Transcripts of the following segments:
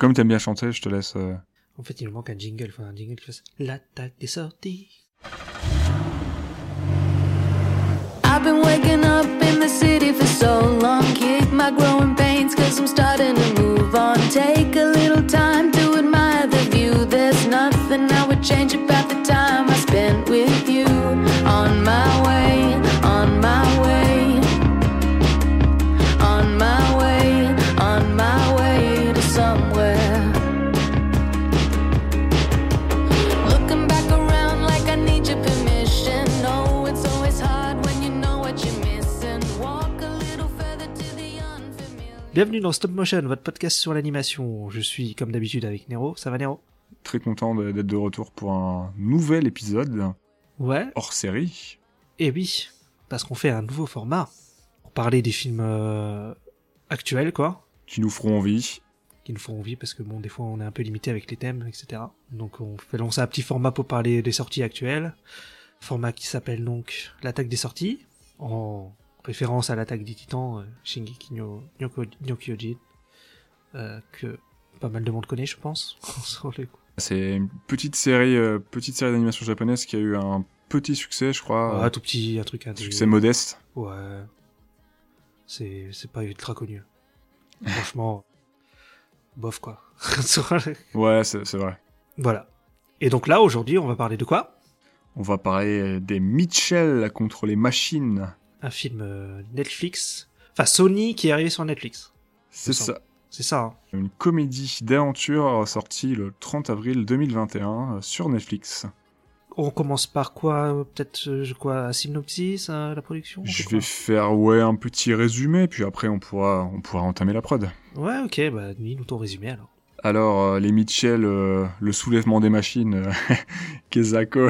Comme t'aimes bien chanter, je te laisse. euh, En fait, il nous manque un jingle, enfin un jingle qui fasse l'attaque des sorties. I've been waking up in the city for so long. Kick my growing pains, cause I'm starting to move on. Take a little time to admire the view. There's nothing I would change about the time I spent with you. On my way, on my way. On my way, on my way to somewhere. Looking back around like I need your permission. No, it's always hard when you know what you're missing. Walk a little further to the unfamiliar. Bienvenue dans Stop Motion, votre podcast sur l'animation. Je suis comme d'habitude avec Nero. Ça va Nero Très content de- d'être de retour pour un nouvel épisode Ouais. hors série. Eh oui, parce qu'on fait un nouveau format pour parler des films euh, actuels, quoi, Qui nous feront envie. qui nous font envie parce que bon, des fois on est un peu limité avec les thèmes, etc. Donc on fait lancer un petit format pour parler des sorties actuelles. Format qui s'appelle donc l'attaque des sorties, en référence à l'attaque des titans, euh, Shingeki no, Nyoko- no Kyojin, euh, que pas mal de monde connaît, je pense. Sur le coup. C'est une petite série, euh, petite série d'animation japonaise qui a eu un petit succès, je crois. Ouais, tout petit, un truc un un Ah succès modeste. Ouais. C'est, c'est pas ultra connu. Franchement, bof quoi. Ouais, c'est c'est vrai. voilà. Et donc là, aujourd'hui, on va parler de quoi On va parler des Mitchell contre les machines. Un film euh, Netflix. Enfin, Sony qui est arrivé sur Netflix. C'est C'est ça. ça. C'est ça, hein. Une comédie d'aventure sortie le 30 avril 2021 euh, sur Netflix. On commence par quoi Peut-être, euh, je- quoi, un synopsis, hein, la production c'est Je quoi vais faire ouais un petit résumé, puis après on pourra on pourra entamer la prod. Ouais, ok, bah, nuit, nous ton résumé alors. Alors euh, les Mitchell, euh, le soulèvement des machines, euh, Kezako.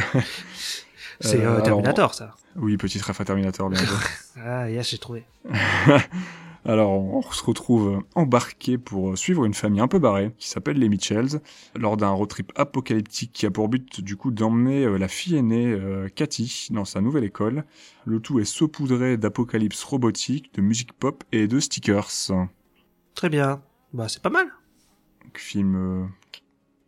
C'est euh, alors, Terminator, ça. oui, petite ref à Terminator, bien sûr. Ah, yes, j'ai trouvé. Alors, on se retrouve euh, embarqué pour euh, suivre une famille un peu barrée qui s'appelle les Mitchells lors d'un road trip apocalyptique qui a pour but du coup d'emmener euh, la fille aînée euh, Cathy dans sa nouvelle école. Le tout est saupoudré d'apocalypse robotique, de musique pop et de stickers. Très bien. Bah, c'est pas mal. Donc, film euh,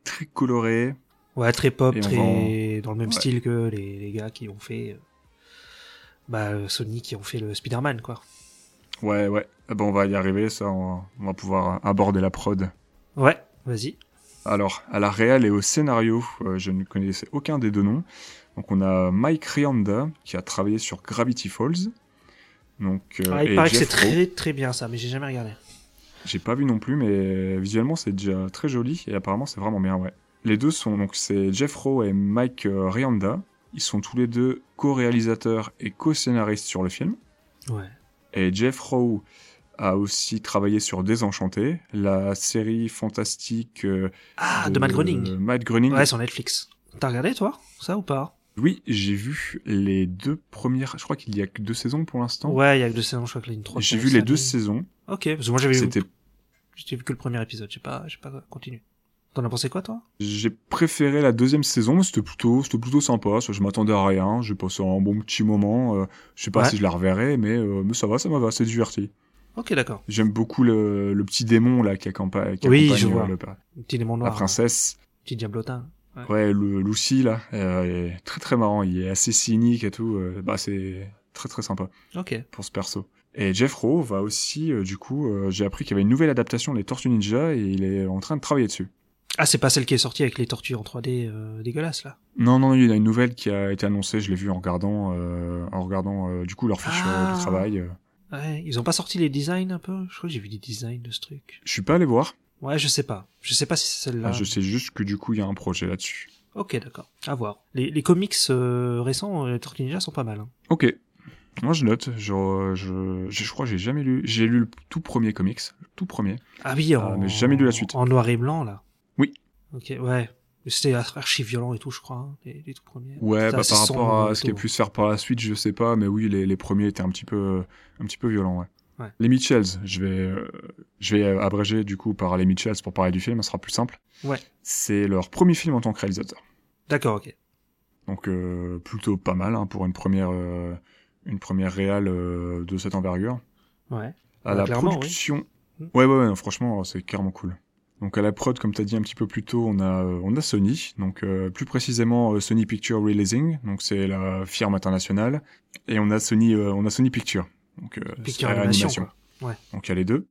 très coloré. Ouais, très pop, Et on très va dans le même Ouais. style que les, les gars qui ont fait euh, bah euh, Sony qui ont fait le Spider-Man quoi. Ouais, ouais. Ah ben, on va y arriver, ça, on va, on va pouvoir euh, aborder la prod. Ouais, vas-y. Alors, à la réal et au scénario, euh, je ne connaissais aucun des deux noms. Donc, on a Mike Rianda, qui a travaillé sur Gravity Falls. Donc, euh, Ah, il et paraît que c'est Jeff Rowe. très très bien ça, mais j'ai jamais regardé. J'ai pas vu non plus, mais visuellement, c'est déjà très joli et apparemment, c'est vraiment bien, ouais. Les deux sont donc, c'est Jeff Rowe et Mike euh, Rianda. Ils sont tous les deux co-réalisateurs et co-scénaristes sur le film. Ouais. Et Jeff Rowe a aussi travaillé sur Désenchanté, la série fantastique euh, hmm. Ah, de, Matt Groening. Matt Groening. Ouais, sur Netflix. T'as regardé toi ça ou pas Oui, j'ai vu les deux premières. Je crois qu'il y a que deux saisons pour l'instant. Ouais, il y a que deux saisons, je crois que une trois. j'ai saisons, vu les ça, deux mais- saisons. OK, parce que moi j'avais vu, C'était. j'ai vu que le premier épisode, j'ai pas j'ai pas continué. T'en as pensé quoi toi J'ai préféré la deuxième saison, mais c'était plutôt, c'était plutôt sympa. ça, Je m'attendais à rien. J'ai passé un bon petit moment. euh, je sais pas Ouais. si je la reverrai, mais, euh, mais ça va, ça m'a va, c'est diverti. OK, d'accord. J'aime beaucoup le, le petit démon là qui accompagne, qui Oui, accompagne, je euh, vois. le père- Petit démon la noir, princesse. hein, petit diablotin. Ouais, le Lucy là, euh, est très très marrant, il est assez cynique et tout, euh, bah c'est très très sympa OK. pour ce perso. Et Jeff Rowe va aussi, euh, du coup, euh, j'ai appris qu'il y avait une nouvelle adaptation des Tortues Ninja et il est en train de travailler dessus. Ah, c'est pas celle qui est sortie avec les tortues en 3D euh, dégueulasses là. Non, non, il y en a une nouvelle qui a été annoncée, je l'ai vue en regardant, euh, en regardant euh, du coup leur fiche euh, Ah. de travail. euh. Ouais, ils ont pas sorti les designs un peu Je crois que j'ai vu des designs de ce truc. Je suis pas allé voir, Ouais, je sais pas. Je sais pas si c'est celle-là. Ah, je sais juste que du coup il y a un projet là-dessus. Ok, d'accord. À voir. Les, les comics euh, récents, euh, les Tortues Ninja sont pas mal. hein. Ok, moi je note, je, je, je, je crois que j'ai jamais lu, j'ai lu le tout premier comics, le tout premier. Ah oui, Ah, en, mais j'ai jamais lu la suite. en noir et blanc là. Oui. Ok, ouais. C'était archi violent et tout, je crois, hein, les, les tout premiers. Ouais, C'était bah, assez par sombre hein, rapport et à ce qui a tout. pu se faire par la suite, je sais pas, mais oui, les, les premiers étaient un petit peu, un petit peu violents, ouais. Ouais. Les Mitchells, je vais, euh, je vais euh, abréger du coup par les Mitchells pour parler du film, ça sera plus simple. Ouais. C'est leur premier film en tant que réalisateur, D'accord, ok. donc euh, plutôt pas mal hein, pour une première, euh, une première réale euh, de cette envergure. Ouais. À Ouais, la clairement, oui. production, Mm. ouais, ouais, ouais, franchement, oh, c'est carrément cool. Donc à la prod, comme tu as dit un petit peu plus tôt, on a euh, on a Sony, donc euh, plus précisément euh, Sony Picture Releasing, donc c'est la firme internationale, et on a Sony euh, on a Sony Picture, donc euh, Picture c'est la Animation, animation. quoi. Ouais. Donc il y a les deux.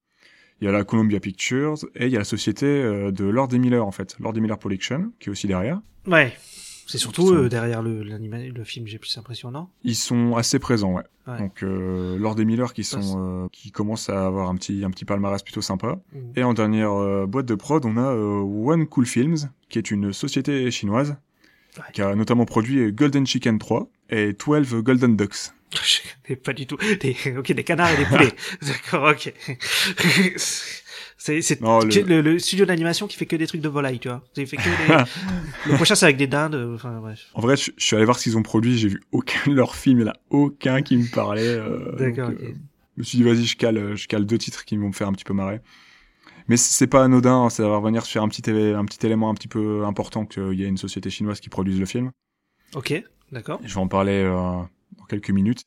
Il y a la Columbia Pictures et il y a la société euh, de Lord et Miller en fait, Lord et Miller Production, qui est aussi derrière. Ouais. C'est surtout Ils sont- euh, derrière le, l'anima- le film, j'ai plus l'impression, non Ils sont assez présents, ouais. Ouais. Donc euh, Lord et Miller qui Parce- sont euh, qui commencent à avoir un petit un petit palmarès plutôt sympa. Mhm. Et en dernière euh, boîte de prod, on a euh, One Cool Films, qui est une société chinoise Ouais. qui a notamment produit euh, Golden Chicken 3 et 12 Golden Ducks. Je connais pas du tout. Des, ok, des canards et des poulets. D'accord, ok. c'est c'est Non, le- que- le... Le, studio d'animation qui fait que des trucs de volaille, tu vois. Il fait que des- le prochain, c'est avec des dindes. euh, Enfin, bref. En vrai, je, je suis allé voir ce qu'ils ont produit, j'ai vu aucun de leurs films, il n'y en a aucun qui me parlait. euh, D'accord, donc, ok. euh, je me suis dit, vas-y, je cale, euh, je cale deux titres qui vont me faire un petit peu marrer. Mais c- c'est pas anodin, hein, ça va revenir sur un petit, éve- un petit élément un petit peu important qu'il y a une société chinoise qui produise le film. Ok, d'accord. Je vais en parler euh, dans quelques minutes.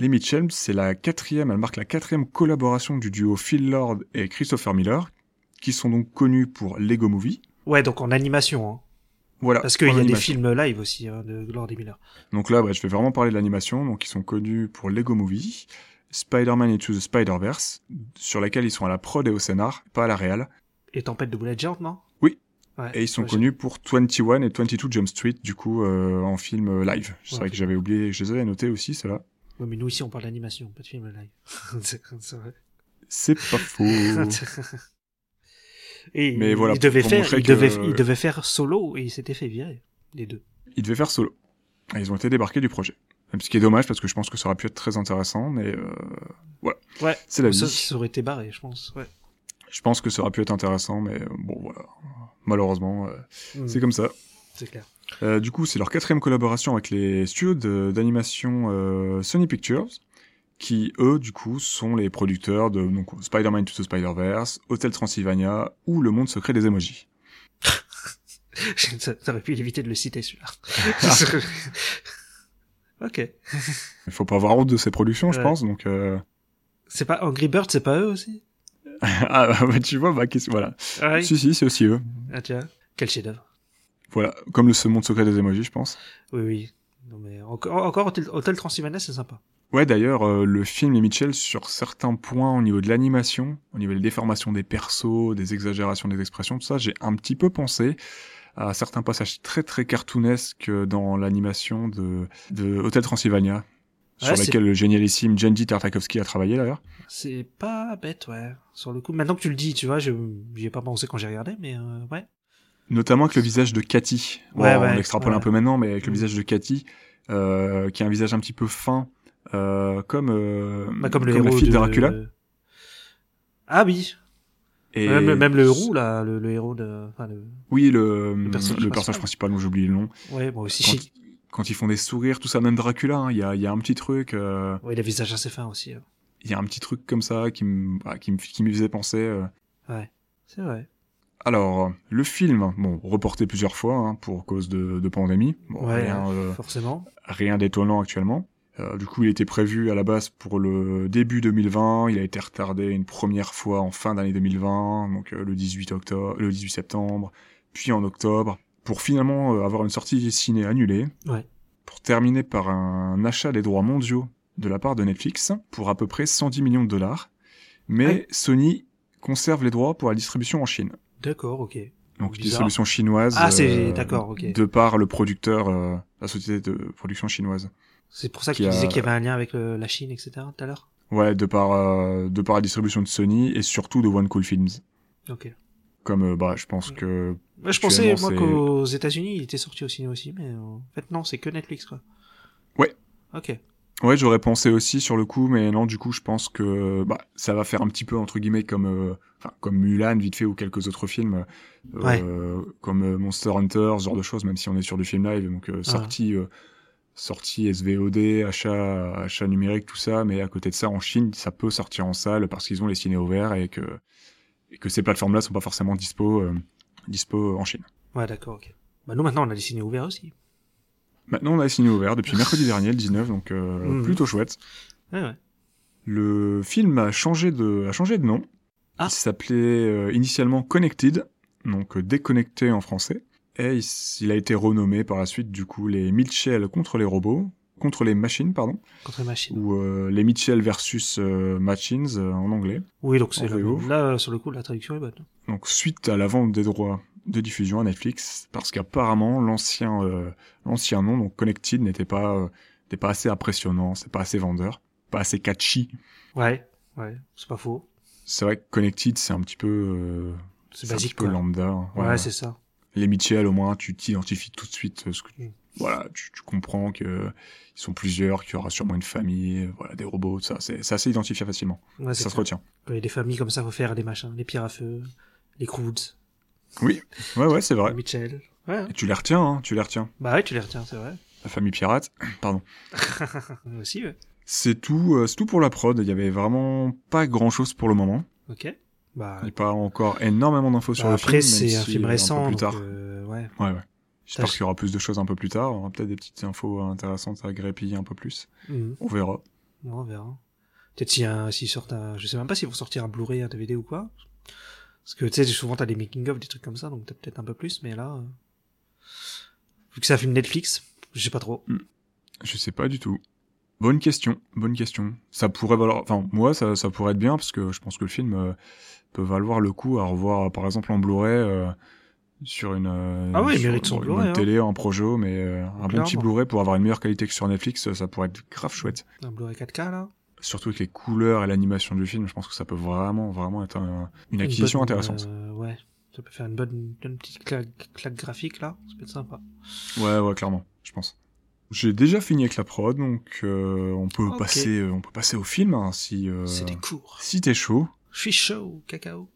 Les Mitchell, c'est la quatrième, elle marque la quatrième collaboration du duo Phil Lord et Christopher Miller, qui sont donc connus pour Lego Movie. Ouais, donc en animation. Hein. Voilà. Parce qu'il y Ah, en a des animation. films live aussi hein, de Lord et Miller. Donc là, bah, je vais vraiment parler de l'animation. Donc ils sont connus pour Lego Movie, Spider-Man Into the Spider-Verse, sur laquelle ils sont à la prod et au scénar, pas à la réal. Et Tempête de Bullet Jump, non Oui. Ouais, Et ils sont ouais, connus pour 21 et 22 Jump Street, du coup, euh, en film euh, live. C'est Ouais, vrai ok. que j'avais oublié, je les avais notés aussi, cela. j'ai- Ouais, mais nous ici, on parle d'animation, pas de film live. C'est- c'est vrai. C'est pas faux. et Mais voilà, il devait pour faire, montrer il devait, que- il devait faire solo et il s'était fait virer, les deux. ils devaient faire solo. Et ils ont été débarqués du projet. Même Ce qui est dommage parce que je pense que ça aurait pu être très intéressant, mais euh, voilà. Ouais. C'est la vie. Ça, ça aurait été barré, je pense. Ouais. Je pense que ça aurait pu être intéressant, mais euh, bon, voilà. Malheureusement, euh, Mm, c'est comme ça. c'est clair. Euh, du coup, c'est leur quatrième collaboration avec les studios de- d'animation euh, Sony Pictures, qui eux, du coup, sont les producteurs de donc, Spider-Man to the Spider-Verse, Hotel Transylvania ou Le Monde Secret des Emojis. Ça- T'aurais pu éviter de le citer celui-là. ok. Il faut pas avoir honte de ces productions, je Ouais. pense. Donc, euh, C'est pas Angry Birds, c'est pas eux aussi ah, bah, tu vois, bah, qu'est-ce- voilà. Ah oui. Si, si, c'est aussi eux. Ah tiens. Quel chef-d'œuvre. Voilà, comme le ce Monde Secret des Emojis, je pense. Oui, oui. Non, mais encore, encore Hôtel, Hôtel Transylvania, c'est sympa. Ouais, d'ailleurs, euh, le film Les Mitchell, sur certains points au niveau de l'animation, au niveau des déformations des persos, des exagérations des expressions, tout ça, j'ai un petit peu pensé à certains passages très très cartoonesques euh, dans l'animation de, de Hôtel Transylvania, sur Ouais, c'est- laquelle le génialissime Genji Tartakovsky a travaillé d'ailleurs. C'est pas bête, ouais. Sur le coup, maintenant que tu le dis, tu vois, je j'y ai pas pensé quand j'ai regardé, mais euh, ouais. Notamment avec le visage de Cathy. Bon, Ouais, on ouais, extrapole un ouais. peu maintenant, mais avec le Mm. visage de Cathy, euh, qui a un visage un petit peu fin, euh, comme, euh, Bah, comme le la héros fille de de Dracula. Ah oui. Et Même, même le roux, là, le, le héros de. Enfin, le... Oui, le, le personnage, personnage principal. principal, dont j'ai oublié le nom. Ouais, moi aussi. Quand, quand ils font des sourires, tout ça, même Dracula, hein, il y, a, il y a un petit truc, euh, Ouais, il a le visage assez fin aussi. hein. il y a un petit truc comme ça qui me, bah, qui me, qui me faisait penser. euh. C'est vrai. Alors, le film, bon, reporté plusieurs fois hein, pour cause de, de pandémie, bon, ouais, rien, euh, forcément. rien d'étonnant actuellement. Euh, du coup, il était prévu à la base pour le début 2020. Il a été retardé une première fois en fin d'année 2020, donc euh, le 18 octobre, le 18 septembre, puis en octobre, pour finalement euh, avoir une sortie ciné annulée. Ouais. Pour terminer par un achat des droits mondiaux de la part de Netflix pour à peu près 110 millions de dollars. Mais Aïe. Sony conserve les droits pour la distribution en Chine. D'accord, ok. Donc Bizarre. distribution chinoise. euh, Ah, c'est- d'accord, ok. De par le producteur, euh, la société de production chinoise. C'est pour ça que qui tu a- disais qu'il y avait un lien avec le- la Chine, etc. tout à l'heure. Ouais, de par, euh, de par la distribution de Sony et surtout de One Cool Films. Ok. Comme, euh, bah, je pense que... Moi, je pensais, Actuellement, moi, c'est- qu'aux États-Unis, il était sorti au ciné aussi, mais euh, en fait, non, c'est que Netflix, quoi. Ouais. Ok. Ouais, j'aurais pensé aussi sur le coup, mais non, du coup, je pense que bah, ça va faire un petit peu, entre guillemets, comme, euh, enfin, comme Mulan, vite fait, ou quelques autres films, euh, Ouais. comme euh, Monster Hunter, ce genre de choses, même si on est sur du film live, donc euh, sortie, euh, sortie SVOD, achat, achat numérique, tout ça, mais à côté de ça, en Chine, ça peut sortir en salle parce qu'ils ont les ciné ouverts et que, et que ces plateformes-là sont pas forcément dispo, euh, dispo en Chine. Ouais, d'accord, ok. Bah, nous, maintenant, on a les ciné ouverts aussi. Maintenant, on a les ciné ouverts depuis mercredi dernier, le 19, donc euh, Mhm. plutôt chouette. Ouais, ouais. Le film a changé de, a changé de nom. Ah. Il s'appelait euh, initialement Connected, donc euh, déconnecté en français. Et il, s- il a été renommé par la suite, du coup, les Mitchell contre les robots, contre les machines, pardon, contre les machines. ou euh, les Mitchell versus euh, Machines euh, en anglais. Oui, donc c'est En la- VO. là, sur le coup, la traduction est bonne. Donc suite à la vente des droits de diffusion à Netflix, parce qu'apparemment l'ancien euh, l'ancien nom donc Connected n'était pas euh, n'était pas assez impressionnant, c'est pas assez vendeur, pas assez catchy. Ouais, ouais, c'est pas faux. C'est vrai que Connected c'est un petit peu euh, C'est un petit basique, peu quoi. lambda. hein. Ouais, Ouais. c'est ça. Les Mitchell au moins tu t'identifies tout de suite euh, ce que Mm. voilà, tu, tu comprends que euh, ils sont plusieurs, qu'il y aura sûrement une famille, euh, voilà des robots, ça c'est c'est assez identifié facilement, Ouais, c'est ça se clair. retient. Quand il y a des familles comme ça, faut faire les machins, les pierres à feu, les Croods, Ouais ouais c'est vrai. les Mitchell. Ouais, hein. Et tu les retiens, hein, tu les retiens. bah ouais, tu les retiens, c'est vrai. La famille pirate, pardon. Moi aussi, ouais. C'est tout, euh, c'est tout pour la prod. Il y avait vraiment pas grand chose pour le moment. Ok. Bah, Il n'y a pas encore énormément d'infos sur bah, le après, film. même c'est un si, film euh, récent, Un peu plus donc, tard. euh, ouais. Ouais, ouais. J'espère Tâche- qu'il y aura plus de choses un peu plus tard. On aura peut-être des petites infos intéressantes à grépiller un peu plus. Mhm. On verra. Ouais, on verra. Peut-être s'il y a un- s'ils sortent un, je sais même pas s'ils vont sortir un Blu-ray, un DVD ou quoi. Parce que tu sais, souvent t'as des making-of, des trucs comme ça, donc t'as peut-être un peu plus, mais là, euh, vu que c'est un film Netflix, je sais pas trop. Je sais pas du tout. Bonne question, bonne question. Ça pourrait valoir, enfin moi ça, ça pourrait être bien parce que je pense que le film euh, peut valoir le coup à revoir par exemple en Blu-ray euh, sur une euh, Ah oui, il sur mérite son une Blu-ray, hein. télé, un projo, mais euh, un bon Clairement. petit Blu-ray pour avoir une meilleure qualité que sur Netflix, ça pourrait être grave chouette. Un Blu-ray 4K là. surtout avec les couleurs et l'animation du film, je pense que ça peut vraiment, vraiment être un- une acquisition bonne, intéressante. euh, ouais. Ça peut faire une bonne, une bonne petite claque, claque graphique là, ça peut être sympa. Ouais, ouais, clairement, je pense. J'ai déjà fini avec la prod, donc euh, on peut Ok. passer, euh, on peut passer au film hein, si, euh, C'est des cours. si t'es chaud. Je suis chaud, cacao.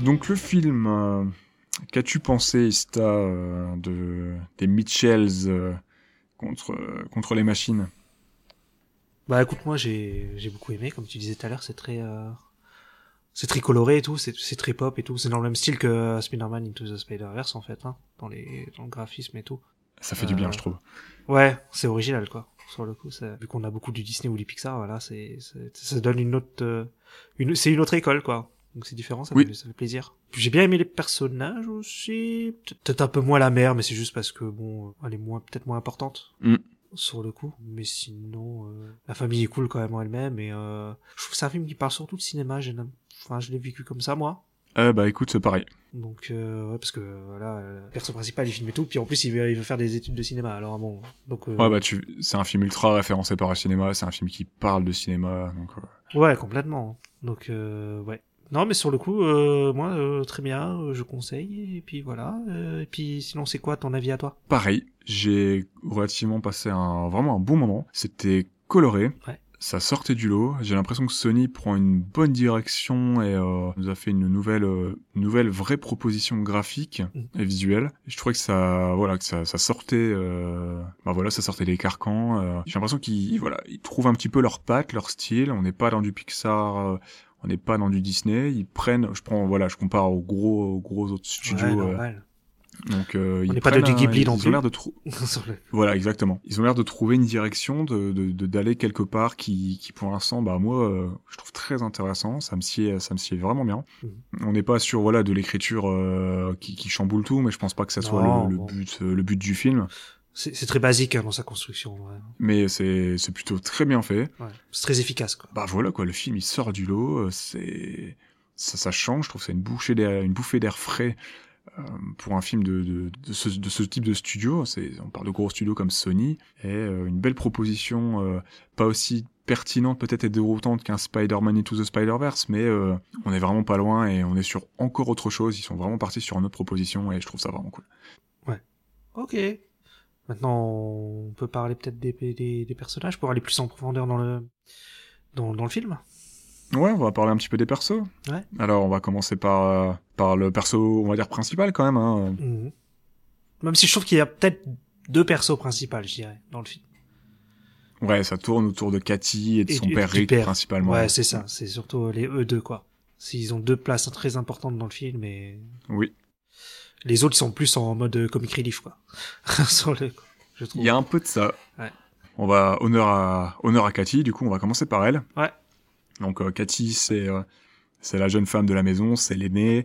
Donc le film, euh, qu'as-tu pensé, Ista, euh, de des Mitchells euh, contre euh, contre les machines Bah écoute, moi j'ai j'ai beaucoup aimé, comme tu disais tout à l'heure, c'est très euh, c'est très coloré et tout, c'est c'est très pop et tout, c'est dans le même style que euh, Spider-Man Into the Spider-Verse en fait, hein, dans les dans le graphisme et tout. Ça fait du bien, Euh, je trouve. Ouais, c'est original quoi. Sur le coup, ça- vu qu'on a beaucoup du Disney ou du Pixar, voilà, c'est c'est- ça donne une autre euh, une c'est une autre école quoi. Donc c'est différent, ça, Oui. fait, ça fait plaisir. Puis J'ai bien aimé les personnages aussi, Pe- peut-être un peu moins la mère, mais c'est juste parce que bon, euh, elle est moins peut-être moins importante. Mm. Sur le coup, mais sinon, euh, la famille est cool quand même en elle-même. Et euh, je trouve que c'est un film qui parle surtout de cinéma. j'ai l'im- Enfin, je l'ai vécu comme ça moi. Euh, bah écoute, c'est pareil. Donc, euh, ouais, parce que voilà, euh, le perso principal, il filme et tout. Puis en plus, il veut, il veut faire des études de cinéma. Alors bon, donc euh, Ouais, bah tu, c'est un film ultra référencé par le cinéma, c'est un film qui parle de cinéma, donc. euh, Ouais, complètement. Donc, euh, ouais. Non, mais sur le coup, euh, moi, euh, très bien, euh, je conseille. Et puis voilà. euh, et puis sinon, c'est quoi ton avis à toi pareil, j'ai relativement passé un vraiment un bon moment. C'était coloré. Ouais. Ça sortait du lot. J'ai l'impression que Sony prend une bonne direction et euh, nous a fait une nouvelle, euh, nouvelle vraie proposition graphique Mm. et visuelle. Et je trouvais que ça, voilà, que ça, ça sortait, euh, bah voilà, ça sortait des carcans. euh. J'ai l'impression qu'ils, voilà, ils trouvent un petit peu leur patte, leur style. On n'est pas dans du Pixar. euh, on n'est pas dans du Disney, ils prennent, je prends, voilà, je compare aux gros, aux gros autres studios. Ouais, euh, normal. donc, euh, ils n'est pas dans prennent du un- Ghibli ils non ont plus. l'air de trou- Sur le- voilà, exactement. Ils ont l'air de trouver une direction, de de- de- d'aller quelque part qui, qui pour l'instant, bah moi, euh, je trouve très intéressant. Ça me sied, ça me sied vraiment bien. Mhm. On n'est pas sur voilà de l'écriture euh, qui, qui chamboule tout, mais je pense pas que ça soit Non, le, le bon. but, euh, le but du film. C'est c'est très basique hein, dans sa construction. Ouais. Mais c'est c'est plutôt très bien fait. Ouais. C'est très efficace, quoi. Bah voilà quoi, le film il sort du lot, euh, c'est ça, ça change. Je trouve que c'est une bouchée d'air, une bouffée d'air frais. euh, Pour un film de, de, de, ce, de ce type de studio, c'est, on parle de gros studios comme Sony, et euh, une belle proposition, euh, pas aussi pertinente peut-être et déroutante qu'un Spider-Man Into the Spider-Verse, mais euh, on est vraiment pas loin et on est sur encore autre chose. Ils sont vraiment partis sur une autre proposition et je trouve ça vraiment cool. Ouais. Ok. Maintenant, on peut parler peut-être des, des, des personnages pour aller plus en profondeur dans le, dans, dans le film. Ouais, on va parler un petit peu des persos. Ouais. Alors, on va commencer par, euh, par le perso, on va dire, principal quand même. Hein. Mhm. Même si je trouve qu'il y a peut-être deux persos principaux, je dirais, dans le film. Ouais, ça tourne autour de Cathy et de Et son du- père du Rick, père. principalement. Ouais, c'est ça. C'est surtout euh, les eux deux, quoi. S'ils ont deux places très importantes dans le film et Oui. les autres sont plus en mode euh, comic relief, quoi. Sur le, je trouve. Il y a un peu de ça. Ouais. On va honneur à honneur à Cathy. Du coup, on va commencer par elle. Ouais. Donc euh, Cathy, c'est euh, c'est la jeune femme de la maison, c'est l'aînée.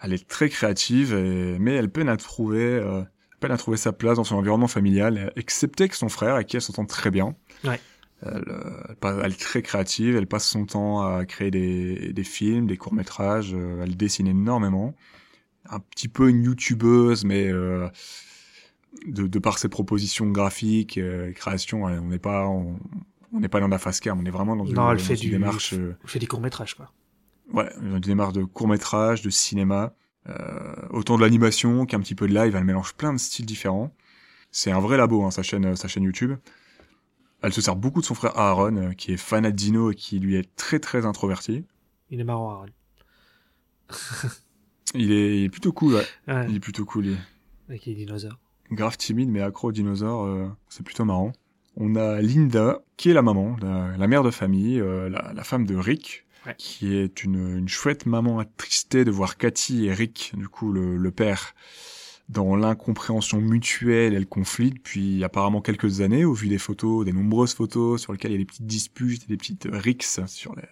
Elle est très créative, et- mais elle peine à trouver euh, peine à trouver sa place dans son environnement familial, excepté que son frère, avec qui elle s'entend très bien. Ouais. Elle, euh, elle passe- elle est très créative, elle passe son temps à créer des, des films, des courts-métrages, euh, elle dessine énormément. Un petit peu une youtubeuse, mais euh, de, de par ses propositions graphiques, euh, créations, euh, on n'est pas on on n'est pas dans la phase cam, on est vraiment dans une, Non, elle dans fait une du- démarche euh, On fait des courts métrages, quoi. ouais, dans une démarche de court métrage, de cinéma, euh, autant de l'animation qu'un petit peu de live, elle mélange plein de styles différents. C'est un vrai labo hein, sa chaîne euh, sa chaîne YouTube. Elle se sert beaucoup de son frère Aaron euh, qui est fanat de dino et qui lui est très très introverti. Il est marrant, Harold. Il est, il est plutôt cool, ouais. Ouais, il est plutôt cool. il est- avec les dinosaures. grave timide mais accro aux dinosaures, euh, c'est plutôt marrant. On a Linda, qui est la maman, la, la mère de famille, euh, la, la femme de Rick, Ouais. qui est une, une chouette maman attristée de voir Cathy et Rick, du coup le, le père, dans l'incompréhension mutuelle et le conflit depuis apparemment quelques années, au vu des photos, des nombreuses photos sur lesquelles il y a des petites disputes, et des petites rixes sur les...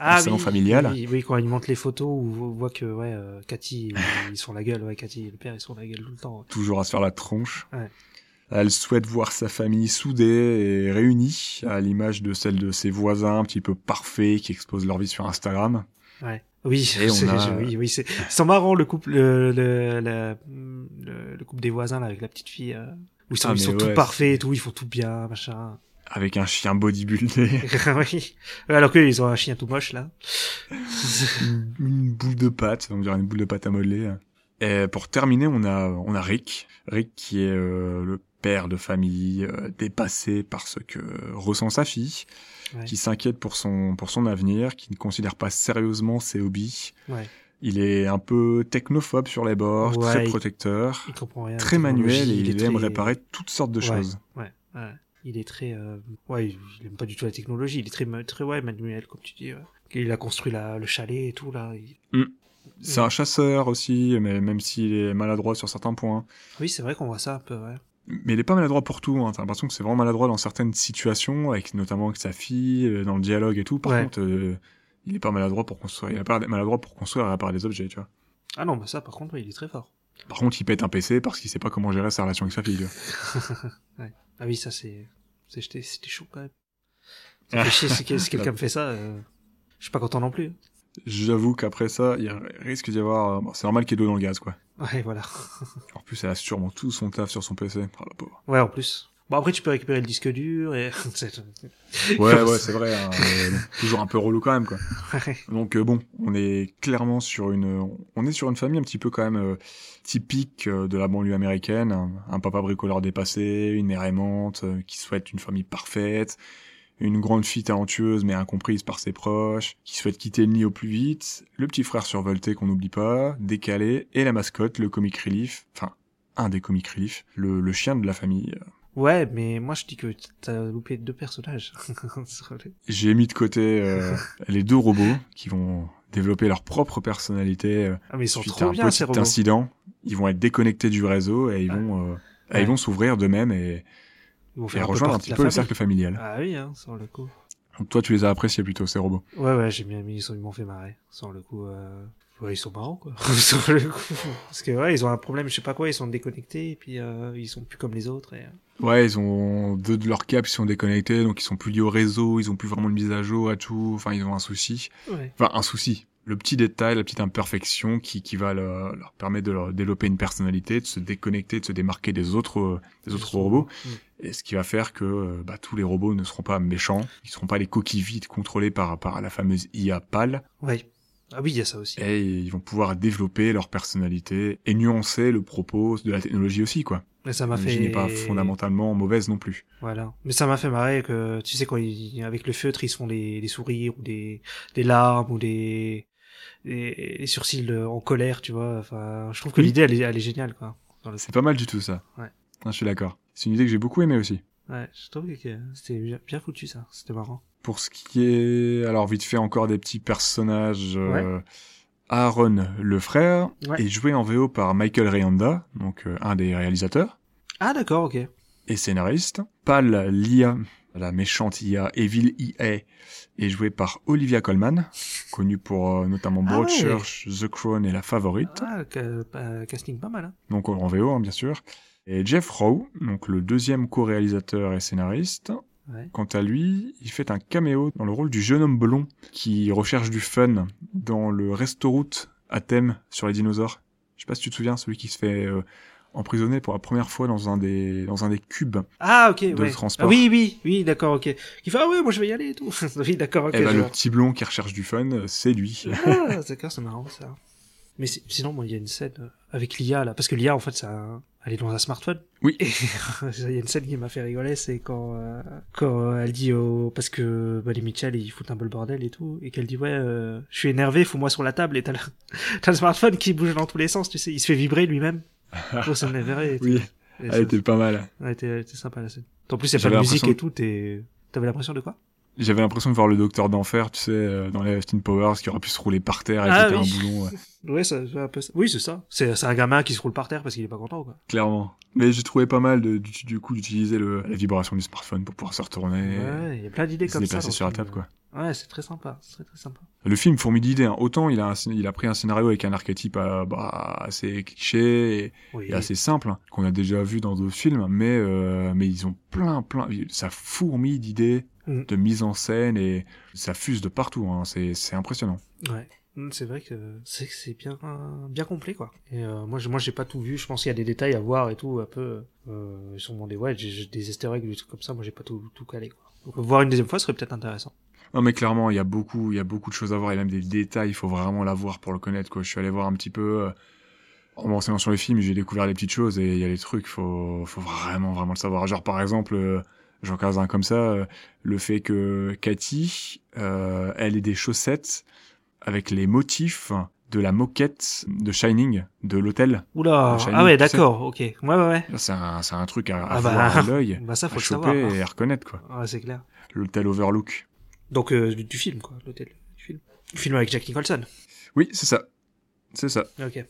Ah salon familial. Oui, oui, quand il montre les photos, on voit que ouais, euh, Cathy, ils sont la gueule, ouais, Cathy et le père, ils sont la gueule tout le temps. ouais. toujours à se faire la tronche. Ouais. Elle souhaite voir sa famille soudée et réunie, à l'image de celle de ses voisins un petit peu parfaits qui exposent leur vie sur Instagram. Oui, Et on c'est- a- oui, oui, c'est ils sont marrants le couple, le, le, la- le, le couple des voisins là, avec la petite fille. euh, où ils sont, Ah, ils mais sont ouais, tout parfaits et tout, ils font tout bien, machin. Avec un chien bodybuildé, oui. Alors que ils ont un chien tout moche là. Mm. une une boule de pâte, on dirait une boule de pâte à modeler. Et pour terminer, on a, on a Rick. Rick qui est euh, le père de famille, euh, dépassé par ce que ressent sa fille, Ouais. qui s'inquiète pour son, pour son avenir, qui ne considère pas sérieusement ses hobbies. Ouais. Il est un peu technophobe sur les bords, Ouais, très il- protecteur, Il comprend rien. à la très manuel et technologie, il, est aime très- réparer toutes sortes de Ouais, choses. Ouais, ouais. Il est très, euh, ouais, il- il aime pas du tout la technologie. Il est très, ma- très ouais, manuel comme tu dis. ouais. Il a construit la, le chalet et tout là. il- Mm. C'est un chasseur aussi, mais même s'il est maladroit sur certains points. Oui, c'est vrai qu'on voit ça un peu. Ouais. Mais il est pas maladroit pour tout, hein. t'as l'impression que c'est vraiment maladroit dans certaines situations, avec, notamment avec sa fille, euh, dans le dialogue et tout. Par Ouais. contre, euh, il est pas maladroit pour construire, il est pas maladroit pour construire et réparer des objets, tu vois. Ah non, bah ça par contre, ouais, il est très fort. Par contre, il pète un PC parce qu'il sait pas comment gérer sa relation avec sa fille, tu vois. Ah oui, ça c'est, c'est c'était c'était chaud quand même. Ça fait chier si, quel- si quelqu'un me fait ça. euh, Je suis pas content non plus. J'avoue qu'après ça, il y a- risque d'y avoir, euh, bon, c'est normal qu'il y ait de l'eau dans le gaz, quoi. Ouais, voilà. En plus, elle a sûrement tout son taf sur son PC. Oh, la pauvre. Ouais, en plus. Bon après, tu peux récupérer le disque dur et. c'est- Ouais, ouais, c'est vrai. hein, euh, toujours un peu relou quand même, quoi. Ouais. Donc euh, bon, on est clairement sur une, on est sur une famille un petit peu quand même euh, typique euh, de la banlieue américaine. Un, un papa bricoleur dépassé, une mère aimante euh, qui souhaite une famille parfaite, une grande fille talentueuse mais incomprise par ses proches, qui souhaite quitter le nid au plus vite, le petit frère survolté qu'on n'oublie pas, décalé, et la mascotte, le comic relief, enfin un des comic relief, le, le chien de la famille. ouais, mais moi je dis que t'as loupé deux personnages. Sur le- j'ai mis de côté euh, les deux robots qui vont développer leur propre personnalité euh, Ah mais ils sont suite à trop un bien petit ces robots. incident. Ils vont être déconnectés du réseau et ils Ouais. vont euh, et Ouais. ils vont s'ouvrir d'eux-mêmes et, Ils vont et un peu rejoindre un petit partie de la peu le famille. cercle familial. Ah oui, hein, sur le coup. Donc toi, tu les as appréciés plutôt ces robots. Ouais, ouais, j'ai bien mis, ils sont- ils m'ont fait marrer. Sur le coup, euh... ouais, ils sont marrants, quoi. sur le coup. Parce que, ouais, ils ont un problème, je sais pas quoi, ils sont déconnectés, et puis euh, ils sont plus comme les autres. Et... Ouais, ils ont deux de leurs câbles qui sont déconnectés, donc ils sont plus liés au réseau, ils ont plus vraiment de mise à jour à tout. Enfin, ils ont un souci. euh, Ouais. Enfin, un souci. le petit détail, la petite imperfection qui, qui va leur, leur permettre de leur développer une personnalité, de se déconnecter, de se démarquer des autres, des autres robots. Mm. Et ce qui va faire que bah, tous les robots ne seront pas méchants, ils seront pas les coquilles vides contrôlées par, par la fameuse IA pâle, Ouais. Ah oui, il y a ça aussi. et ils vont pouvoir développer leur personnalité et nuancer le propos de la technologie aussi, quoi. Mais ça m'a La technologie fait. n'est pas fondamentalement mauvaise non plus. Voilà. Mais ça m'a fait marrer que, tu sais, quand ils- avec le feutre, ils se font des, des sourires ou des, des larmes ou des, des, des sourcils euh, en colère, tu vois. Enfin, je trouve que Oui. l'idée, elle, est- elle est géniale, quoi. Dans le- C'est pas mal du tout, ça. Ah, Ouais. je suis d'accord. C'est une idée que j'ai beaucoup aimée aussi. Ouais, je trouve que c'était bien, bien foutu, ça. C'était marrant. Pour ce qui est, alors vite fait encore des petits personnages. euh, Aaron, le frère, Ouais. est joué en VO par Michael Rayanda, donc euh, un des réalisateurs Ah, d'accord, ok. et scénariste. Pal, l'IA, la méchante IA, Evil IA, est jouée par Olivia Colman, connue pour euh, notamment Ah ouais. Broadchurch, The Crown et La Favorite. Ah, ca- pa- casting pas mal, hein. donc en VO hein, bien sûr. Et Jeff Rowe, donc le deuxième co-réalisateur et scénariste, Ouais. quant à lui, il fait un caméo dans le rôle du jeune homme blond qui recherche du fun dans le restaurant à thème sur les dinosaures. Je sais pas si tu te souviens, celui qui se fait euh, emprisonner pour la première fois dans un des dans un des cubes. Ah, ok, De ouais. transport. Ah oui, oui, oui, d'accord, ok. Qui fait, ah ouais, moi je vais y aller et tout. oui, d'accord, ok. Eh ben, je le vois. petit blond qui recherche du fun, euh, c'est lui. Ah, d'accord, c'est marrant ça. Mais si- sinon, moi, il y a une scène euh, avec l'IA là, parce que l'IA en fait, ça, elle est dans un smartphone. Oui. Et il y a une scène qui m'a fait rigoler, c'est quand euh, quand elle dit au parce que bah, les Mitchell ils foutent un peu le bordel et tout, et qu'elle dit ouais, euh, je suis énervé, fous-moi sur la table et t'as le, t'as le smartphone qui bouge dans tous les sens, tu sais, il se fait vibrer lui-même. Oh, ça m'est vrai. oui, Ah, elle elle était pas mal. était sympa la scène. En plus, il y a pas J'avais de musique l'impression- et tout, et t'avais l'impression de quoi J'avais l'impression de voir le docteur d'enfer, tu sais, euh, dans les Austin Powers, qui aurait pu se rouler par terre et Ah péter oui. un boulon. ouais. Ouais, ça, ça, un peu ça. Oui, c'est ça. C'est c'est un gamin qui se roule par terre parce qu'il est pas content, quoi. Clairement. Mais j'ai trouvé pas mal de, du, du coup d'utiliser le- la vibration du smartphone pour pouvoir se retourner, Ouais, il y a plein d'idées et se comme ça. déplacer dans sur la le film. table, quoi. Ouais, c'est très sympa, c'est très très sympa. Le film fourmille d'idées. hein. Autant il a, un scén- il a pris un scénario avec un archétype euh, bah, assez cliché et, Oui. et assez simple hein, qu'on a déjà vu dans d'autres films, mais euh, mais ils ont plein plein, ça fourmille d'idées, Mm. de mise en scène et ça fuse de partout. Hein. C'est c'est impressionnant. Ouais. Mm, C'est vrai que c'est que c'est bien bien complet quoi. Et euh, moi je- moi j'ai pas tout vu, je pense qu'il y a des détails à voir et tout un peu euh, sûrement des ouais, j'ai- j'ai des easter eggs des trucs comme ça, moi j'ai pas tout tout calé quoi. Donc voir une deuxième fois serait peut-être intéressant. Non mais clairement, il y a beaucoup, il y a beaucoup de choses à voir, il y a même des détails, il faut vraiment la voir pour le connaître quoi. Je suis allé voir un petit peu euh, en me renseignant sur le film, j'ai découvert des petites choses et il y a des trucs, faut faut vraiment vraiment le savoir. Genre par exemple, euh, j'en case un comme ça, euh, le fait que Cathy euh, elle ait des chaussettes avec les motifs de la moquette de Shining de l'hôtel. Oula, Le Shining, ah ouais, tu sais. d'accord, OK. Ouais ouais ouais. C'est un c'est un truc à, à Ah bah. voir à l'œil, Bah ça à faut le savoir. choper et à reconnaître quoi. hein. Ouais, c'est clair. L'hôtel Overlook. Donc euh, du, du film quoi, l'hôtel du film. Du film avec Jack Nicholson. Oui, c'est ça. C'est ça. OK.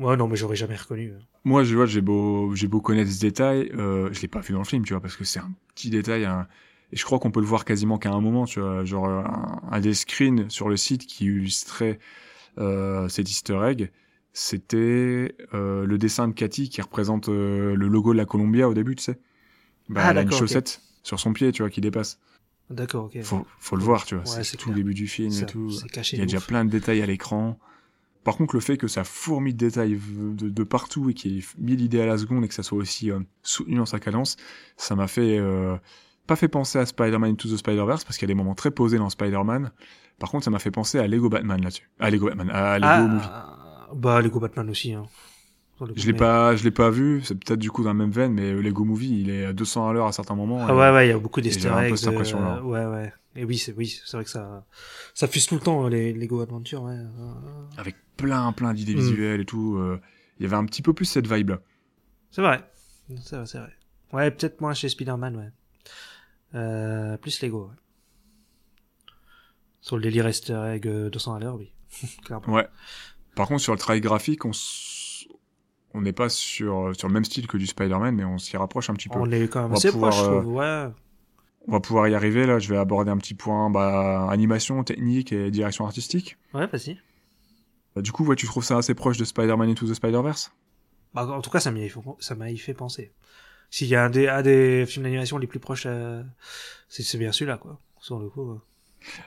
Ouais, non mais j'aurais jamais reconnu. hein. Moi, je vois, j'ai beau, j'ai beau connaître ce détail, euh, je l'ai pas vu dans le film, tu vois, parce que c'est un petit détail, hein. et je crois qu'on peut le voir quasiment qu'à un moment, tu vois, genre euh, un, un des screens sur le site qui illustrait euh, cet Easter egg, c'était euh, le dessin de Cathy qui représente euh, le logo de la Columbia au début, tu sais. Bah, Ah, elle a une d'accord, ok. chaussette sur son pied, tu vois, qui dépasse. D'accord, OK. Faut, faut le voir, tu vois. Ouais, c'est c'est tout clair. le début du film Ça, et tout. C'est caché. Il y a de déjà ouf. plein de détails à l'écran. Par contre, le fait que ça fourmille de détails v- de, de partout et qu'il y ait mille idées à la seconde et que ça soit aussi euh, soutenu dans sa cadence, ça m'a fait euh, pas fait penser à Spider-Man Into the Spider-Verse parce qu'il y a des moments très posés dans Spider-Man. Par contre, ça m'a fait penser à Lego Batman là-dessus. À Lego Batman, à Lego Movie. ah, bah Lego Batman aussi. Hein. Sur le coup, Je l'ai mais- pas, je l'ai pas vu. C'est peut-être du coup dans la même veine, mais Lego Movie, il est à 200 à l'heure à certains moments. Ah et- ouais ouais, il y a beaucoup Et d'easter j'avais un peu eggs. cette impression-là. euh, ouais ouais. Et oui c'est oui c'est vrai que ça ça fuse tout le temps hein, les Lego Adventure. Ouais. Euh, Avec plein, plein d'idées Mm. visuelles et tout. euh, il y avait un petit peu plus cette vibe là. C'est vrai. C'est vrai c'est vrai. Ouais peut-être moins chez Spider-Man ouais. Euh, plus Lego. Ouais. Sur le délire easter egg euh, 200 à l'heure oui. Clairement. Ouais. Par contre, sur le travail graphique, on s- on n'est pas sur, sur le même style que du Spider-Man, mais on s'y rapproche un petit peu. On est quand même va assez pouvoir, proche je euh, trouve. Ouais. On va pouvoir y arriver, là. Je vais aborder un petit point, bah, animation, technique et direction artistique. Ouais vas-y. Bah, du coup, ouais, tu trouves ça assez proche de Spider-Man Into the Spider-Verse? Bah, en tout cas, ça m'y a- ça m'a y fait penser. S'il y a un des, un des films d'animation les plus proches, euh, c'est c'est bien celui-là, quoi. Sur le coup. euh.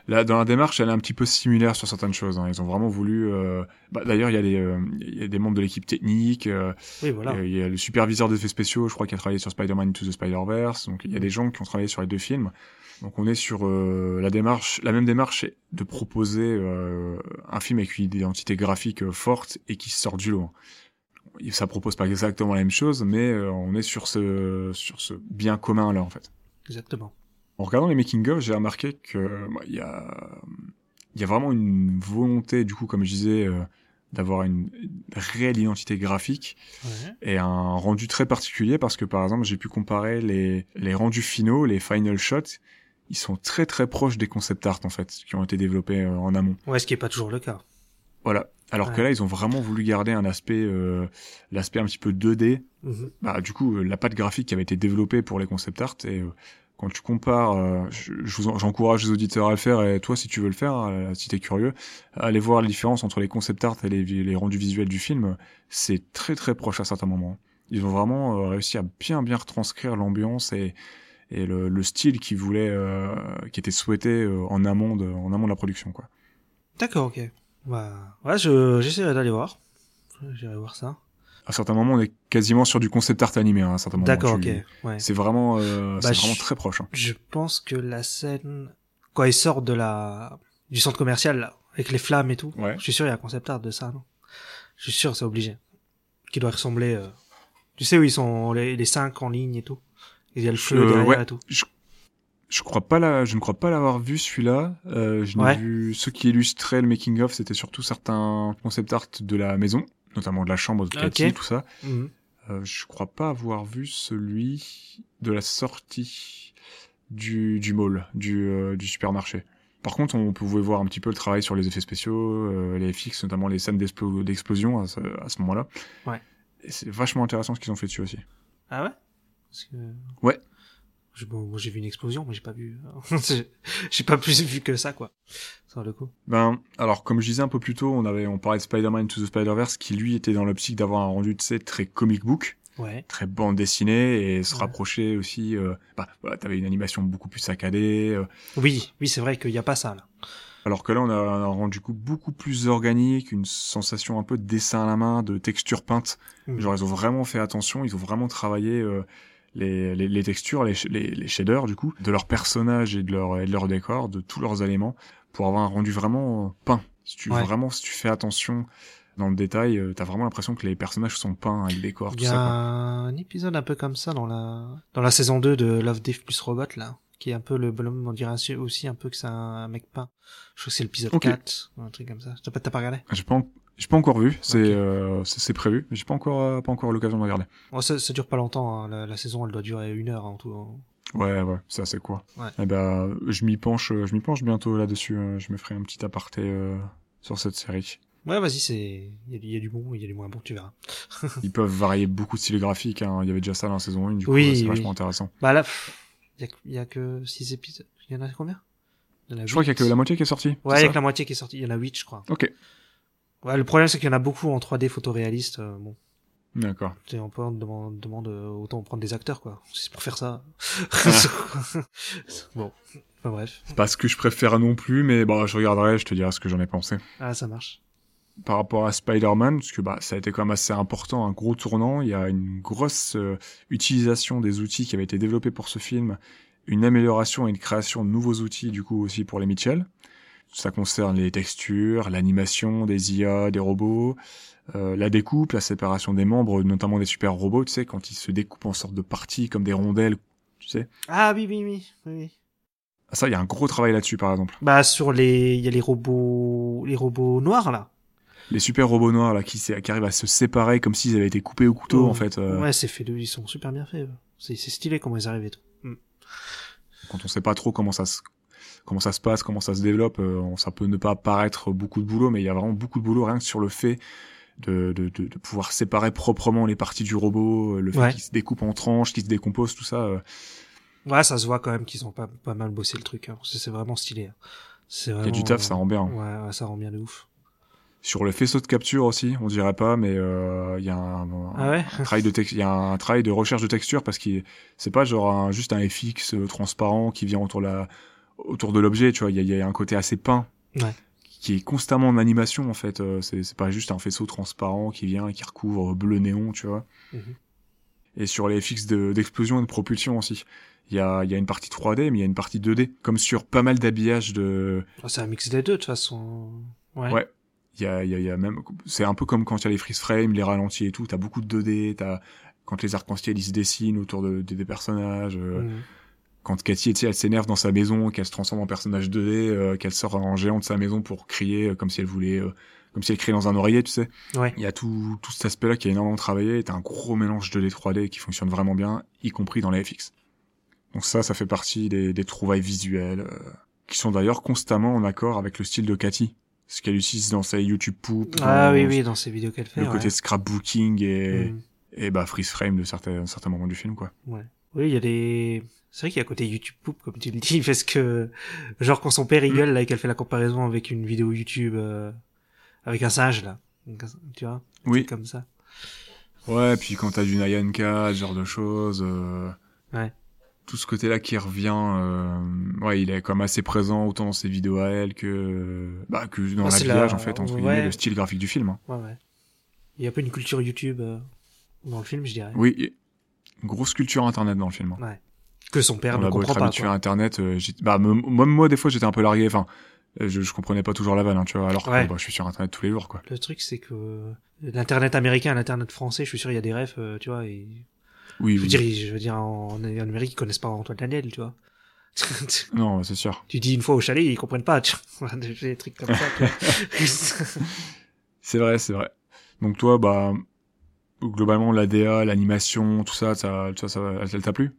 Là, dans la démarche, elle est un petit peu similaire sur certaines choses. hein. Ils ont vraiment voulu. euh, bah, D'ailleurs, il y, a les, euh, il y a des membres de l'équipe technique. euh, Oui, voilà. Il y a le superviseur d'effets spéciaux, je crois, qui a travaillé sur Spider-Man Into the Spider-Verse. Donc, il y a des gens qui ont travaillé sur les deux films. Donc, on est sur euh, la démarche, la même démarche de proposer euh, un film avec une identité graphique euh, forte et qui sort du lot. Ça propose pas exactement la même chose, mais euh, on est sur ce, sur ce bien commun là, en fait. Exactement. En regardant les making-of, j'ai remarqué que bah, il y, a, il y a vraiment une volonté, du coup, comme je disais, euh, d'avoir une réelle identité graphique Ouais. et un rendu très particulier parce que par exemple j'ai pu comparer les, les rendus finaux, les final shots, ils sont très très proches des concept art en fait qui ont été développés euh, en amont. Ouais, ce qui est pas toujours le cas. Voilà. Alors que Ouais. là ils ont vraiment voulu garder un aspect euh, l'aspect un petit peu 2D. Mhm. Bah du coup euh, la patte graphique qui avait été développée pour les concept art et euh, quand tu compares, euh, je- je vous en- j'encourage les auditeurs à le faire, et toi si tu veux le faire, euh, si t'es curieux, allez voir la différence entre les concept art et les, vi- les rendus visuels du film, c'est très très proche à certains moments. Ils ont vraiment euh, réussi à bien bien retranscrire l'ambiance et, et le, le style qui voulait, euh, qui était souhaité euh, en amont de, en amont de la production quoi. D'accord, ok. Bah, ouais, je, j'essaierai d'aller voir. J'irai voir ça. À certains moments, on est quasiment sur du concept art animé. hein, à certains moments, D'accord, ok. tu- Ouais. C'est vraiment, euh, Bah, c'est je- vraiment très proche. hein. Je pense que la scène, quand ils sortent de la, du centre commercial, là, avec les flammes et tout, Ouais. je suis sûr, il y a un concept art de ça, non? Je suis sûr, c'est obligé. Qui doit ressembler, euh, tu sais où ils sont, les, les cinq en ligne et tout. Il y a le feu Euh, derrière ouais. et tout. Je crois pas la, je ne crois pas l'avoir vu celui-là. Euh, je n'ai Ouais. vu ceux qui illustraient le making of, c'était surtout certains concept art de la maison, notamment de la chambre de Cathy, Ok. tout ça. Mhm. Euh, je crois pas avoir vu celui de la sortie du, du mall, du, euh, du supermarché. Par contre, on pouvait voir un petit peu le travail sur les effets spéciaux, euh, les FX, notamment les scènes d'explo- d'explosion à ce, à ce moment-là. Ouais. Et c'est vachement intéressant ce qu'ils ont fait dessus aussi. Ah ouais? Parce que- Ouais. Je- bon, moi, j'ai vu une explosion, mais j'ai pas vu, j'ai- j'ai pas plus vu que ça, quoi. Sur le coup. Ben, alors comme je disais un peu plus tôt, on avait on parlait de Spider-Man Into the Spider-Verse qui lui était dans l'optique d'avoir un rendu de sais très comic book, Ouais. très bande dessinée et se Ouais. rapprocher aussi euh, bah voilà, t'avais une animation beaucoup plus saccadée euh, Oui, oui, c'est vrai qu'il y a pas ça, là. alors que là on a un rendu coup beaucoup plus organique, une sensation un peu de dessin à la main, de texture peinte. Mm. Genre ils ont vraiment fait attention, ils ont vraiment travaillé euh, les, les, les textures, les, sh- les, les shaders du coup, de leurs personnages et de leur, et de leur décor, de tous leurs éléments, pour avoir un rendu vraiment euh, peint. Si tu Ouais. vraiment si tu fais attention dans le détail, euh, t'as vraiment l'impression que les personnages sont peints avec le décor, Il tout y a ça. quoi. un épisode un peu comme ça dans la dans la saison 2 de Love Death plus Robot là, qui est un peu le bonhomme on dirait ainsi- aussi un peu que c'est un mec peint. Je crois que c'est l'épisode Ok. 4 ou un truc comme ça. T'as pas t'as pas regardé J'ai pas, en- j'ai pas encore vu, c'est Ok. euh, c'est c'est prévu, mais j'ai pas encore euh, pas encore l'occasion de regarder. Bon, Oh, ça, ça dure pas longtemps. hein. La, la saison elle doit durer une heure en tout. hein. Ouais ouais, ça c'est quoi. Ouais. Eh ben je m'y penche, euh, je m'y penche bientôt là-dessus. euh, Je me ferai un petit aparté euh, sur cette série. Ouais vas-y c'est il y, a du- il y a du bon il y a du moins bon tu verras. Ils peuvent varier beaucoup de styles graphiques. Hein. Il y avait déjà ça dans la saison 1, du coup Oui, euh, c'est oui. vachement intéressant. Bah là pff, il y, a que- il y a que 6 épisodes. Il y en a combien Il y en a Je crois qu'il y a huit. que la moitié qui est sortie. Ouais, il c'est y ça a que la moitié qui est sortie. Il y en a 8 je crois. Ok, Ouais le problème c'est qu'il y en a beaucoup en 3D photoréaliste. euh, bon d'accord. T'sais, On peut on demande, demande euh, autant prendre des acteurs quoi. Si c'est pour faire ça. bon, enfin bref. C'est pas ce que je préfère non plus, mais bon, je regarderai, je te dirai ce que j'en ai pensé. Ah ça marche. Par rapport à Spider-Man, parce que bah, ça a été quand même assez important, un gros tournant, il y a une grosse euh, utilisation des outils qui avaient été développés pour ce film, une amélioration et une création de nouveaux outils du coup aussi pour les Mitchell. Ça concerne les textures, l'animation des IA, des robots, euh, la découpe, la séparation des membres, notamment des super robots, tu sais, quand ils se découpent en sorte de parties comme des rondelles, tu sais. Ah, Ah oui oui oui oui. oui. Ça, il y a un gros travail là-dessus par exemple. Bah sur les il y a les robots les robots noirs là. Les super robots noirs là qui, s'est- qui arrivent à se séparer comme s'ils avaient été coupés au couteau Oh. en fait. euh, Ouais c'est fait de ils sont super bien faits. ouais. C'est c'est stylé comment ils arrivent et tout. Quand on sait pas trop comment ça se comment ça se passe, comment ça se développe, euh, on- ça peut ne pas paraître beaucoup de boulot, mais il y a vraiment beaucoup de boulot rien que sur le fait de, de, de, de pouvoir séparer proprement les parties du robot, euh, le fait Ouais. qu'il se découpe en tranches, qu'il se décompose, tout ça. euh, Ouais ça se voit quand même qu'ils ont pas pas mal bossé le truc. hein. C'est c'est vraiment stylé. hein. C'est Il y a du vraiment- taf, ça hein. rend bien. Ouais, ouais, ça rend bien de ouf. Sur le faisceau de capture aussi, on dirait pas, mais euh, il y a un, un- Ah ouais. un travail de tex- il y a un travail de recherche de texture parce que c'est pas genre un- juste un FX transparent qui euh, vient autour de la autour de l'objet, tu vois, il y, a- il y a un côté assez peint Ouais. qui est constamment en animation en fait. Euh, c'est c'est pas juste un faisceau transparent qui vient et qui recouvre bleu néon, tu vois. Mhm. Et sur les FX de- d'explosion et de propulsion aussi. Il y a, il y a une partie 3D, mais il y a une partie 2D. Comme sur pas mal d'habillages de, Ah, c'est un mix des deux, de toute façon. Ouais. Ouais. Il y a, il y a- il y a même, c'est un peu comme quand il y a les freeze frames, les ralentis et tout. T'as beaucoup de 2D. T'as quand les arcs-en-ciel ils se dessinent autour de, des- des personnages. euh, Mhm. Quand Cathy, tu sais, elle s'énerve dans sa maison, qu'elle se transforme en personnage 2D, euh, qu'elle sort en géant de sa maison pour crier euh, comme si elle voulait, euh, comme si elle criait dans un oreiller, tu sais. Ouais. Il y a tout, tout cet aspect-là qui est énormément travaillé. et T'as un gros mélange 2D 3D qui fonctionne vraiment bien, y compris dans les FX. Donc ça, ça fait partie des, des trouvailles visuelles, euh, qui sont d'ailleurs constamment en accord avec le style de Cathy. Ce qu'elle utilise dans ses YouTube Poop, Ah dans oui, oui, dans ces vidéos qu'elle fait. le côté ouais. scrapbooking et, Mhm. et bah freeze frame de certains, certains moments du film, quoi. Oui, il y a des. C'est vrai qu'il y a un côté YouTube poop, comme tu le dis, parce que, genre, quand son père Mm. rigole, là, et qu'elle fait la comparaison avec une vidéo YouTube, euh, avec un singe, là. Donc, Tu vois? un Oui. truc Comme ça. Ouais, puis quand t'as du Nyanka, ce genre de choses. euh, Ouais. Tout ce côté-là qui revient, euh, ouais, il est quand même assez présent autant dans ses vidéos à elle que, euh, bah, que dans Ah, c'est l'habillage, la- en fait, entre ouais. guillemets, le style graphique du film. hein. Ouais, ouais. Il y a un peu une culture YouTube, euh, dans le film, je dirais. Oui, et- grosse culture internet dans le film. hein. Que son père On ne a beau comprend être pas, habitué à quoi. internet, euh, j'ai- bah, me- même moi, des fois, j'étais un peu largué, enfin, euh, je, je comprenais pas toujours la vanne, hein, tu vois, alors que Ouais. bah, je suis sur internet tous les jours, quoi. Le truc, c'est que, euh, l'internet américain, et l'internet français, je suis sûr, il y a des refs, euh, tu vois, et Oui, Je veux oui. dire, ils- je veux dire, en, en numérique, ils connaissent pas Antoine Daniel, tu vois. Non, c'est sûr. tu dis une fois au chalet, ils comprennent pas, tu vois. Des trucs comme ça, tu vois. C'est vrai, c'est vrai. Donc toi, bah, globalement, l'ADA, l'animation, tout ça, ça, tout ça, ça, elle t'a plu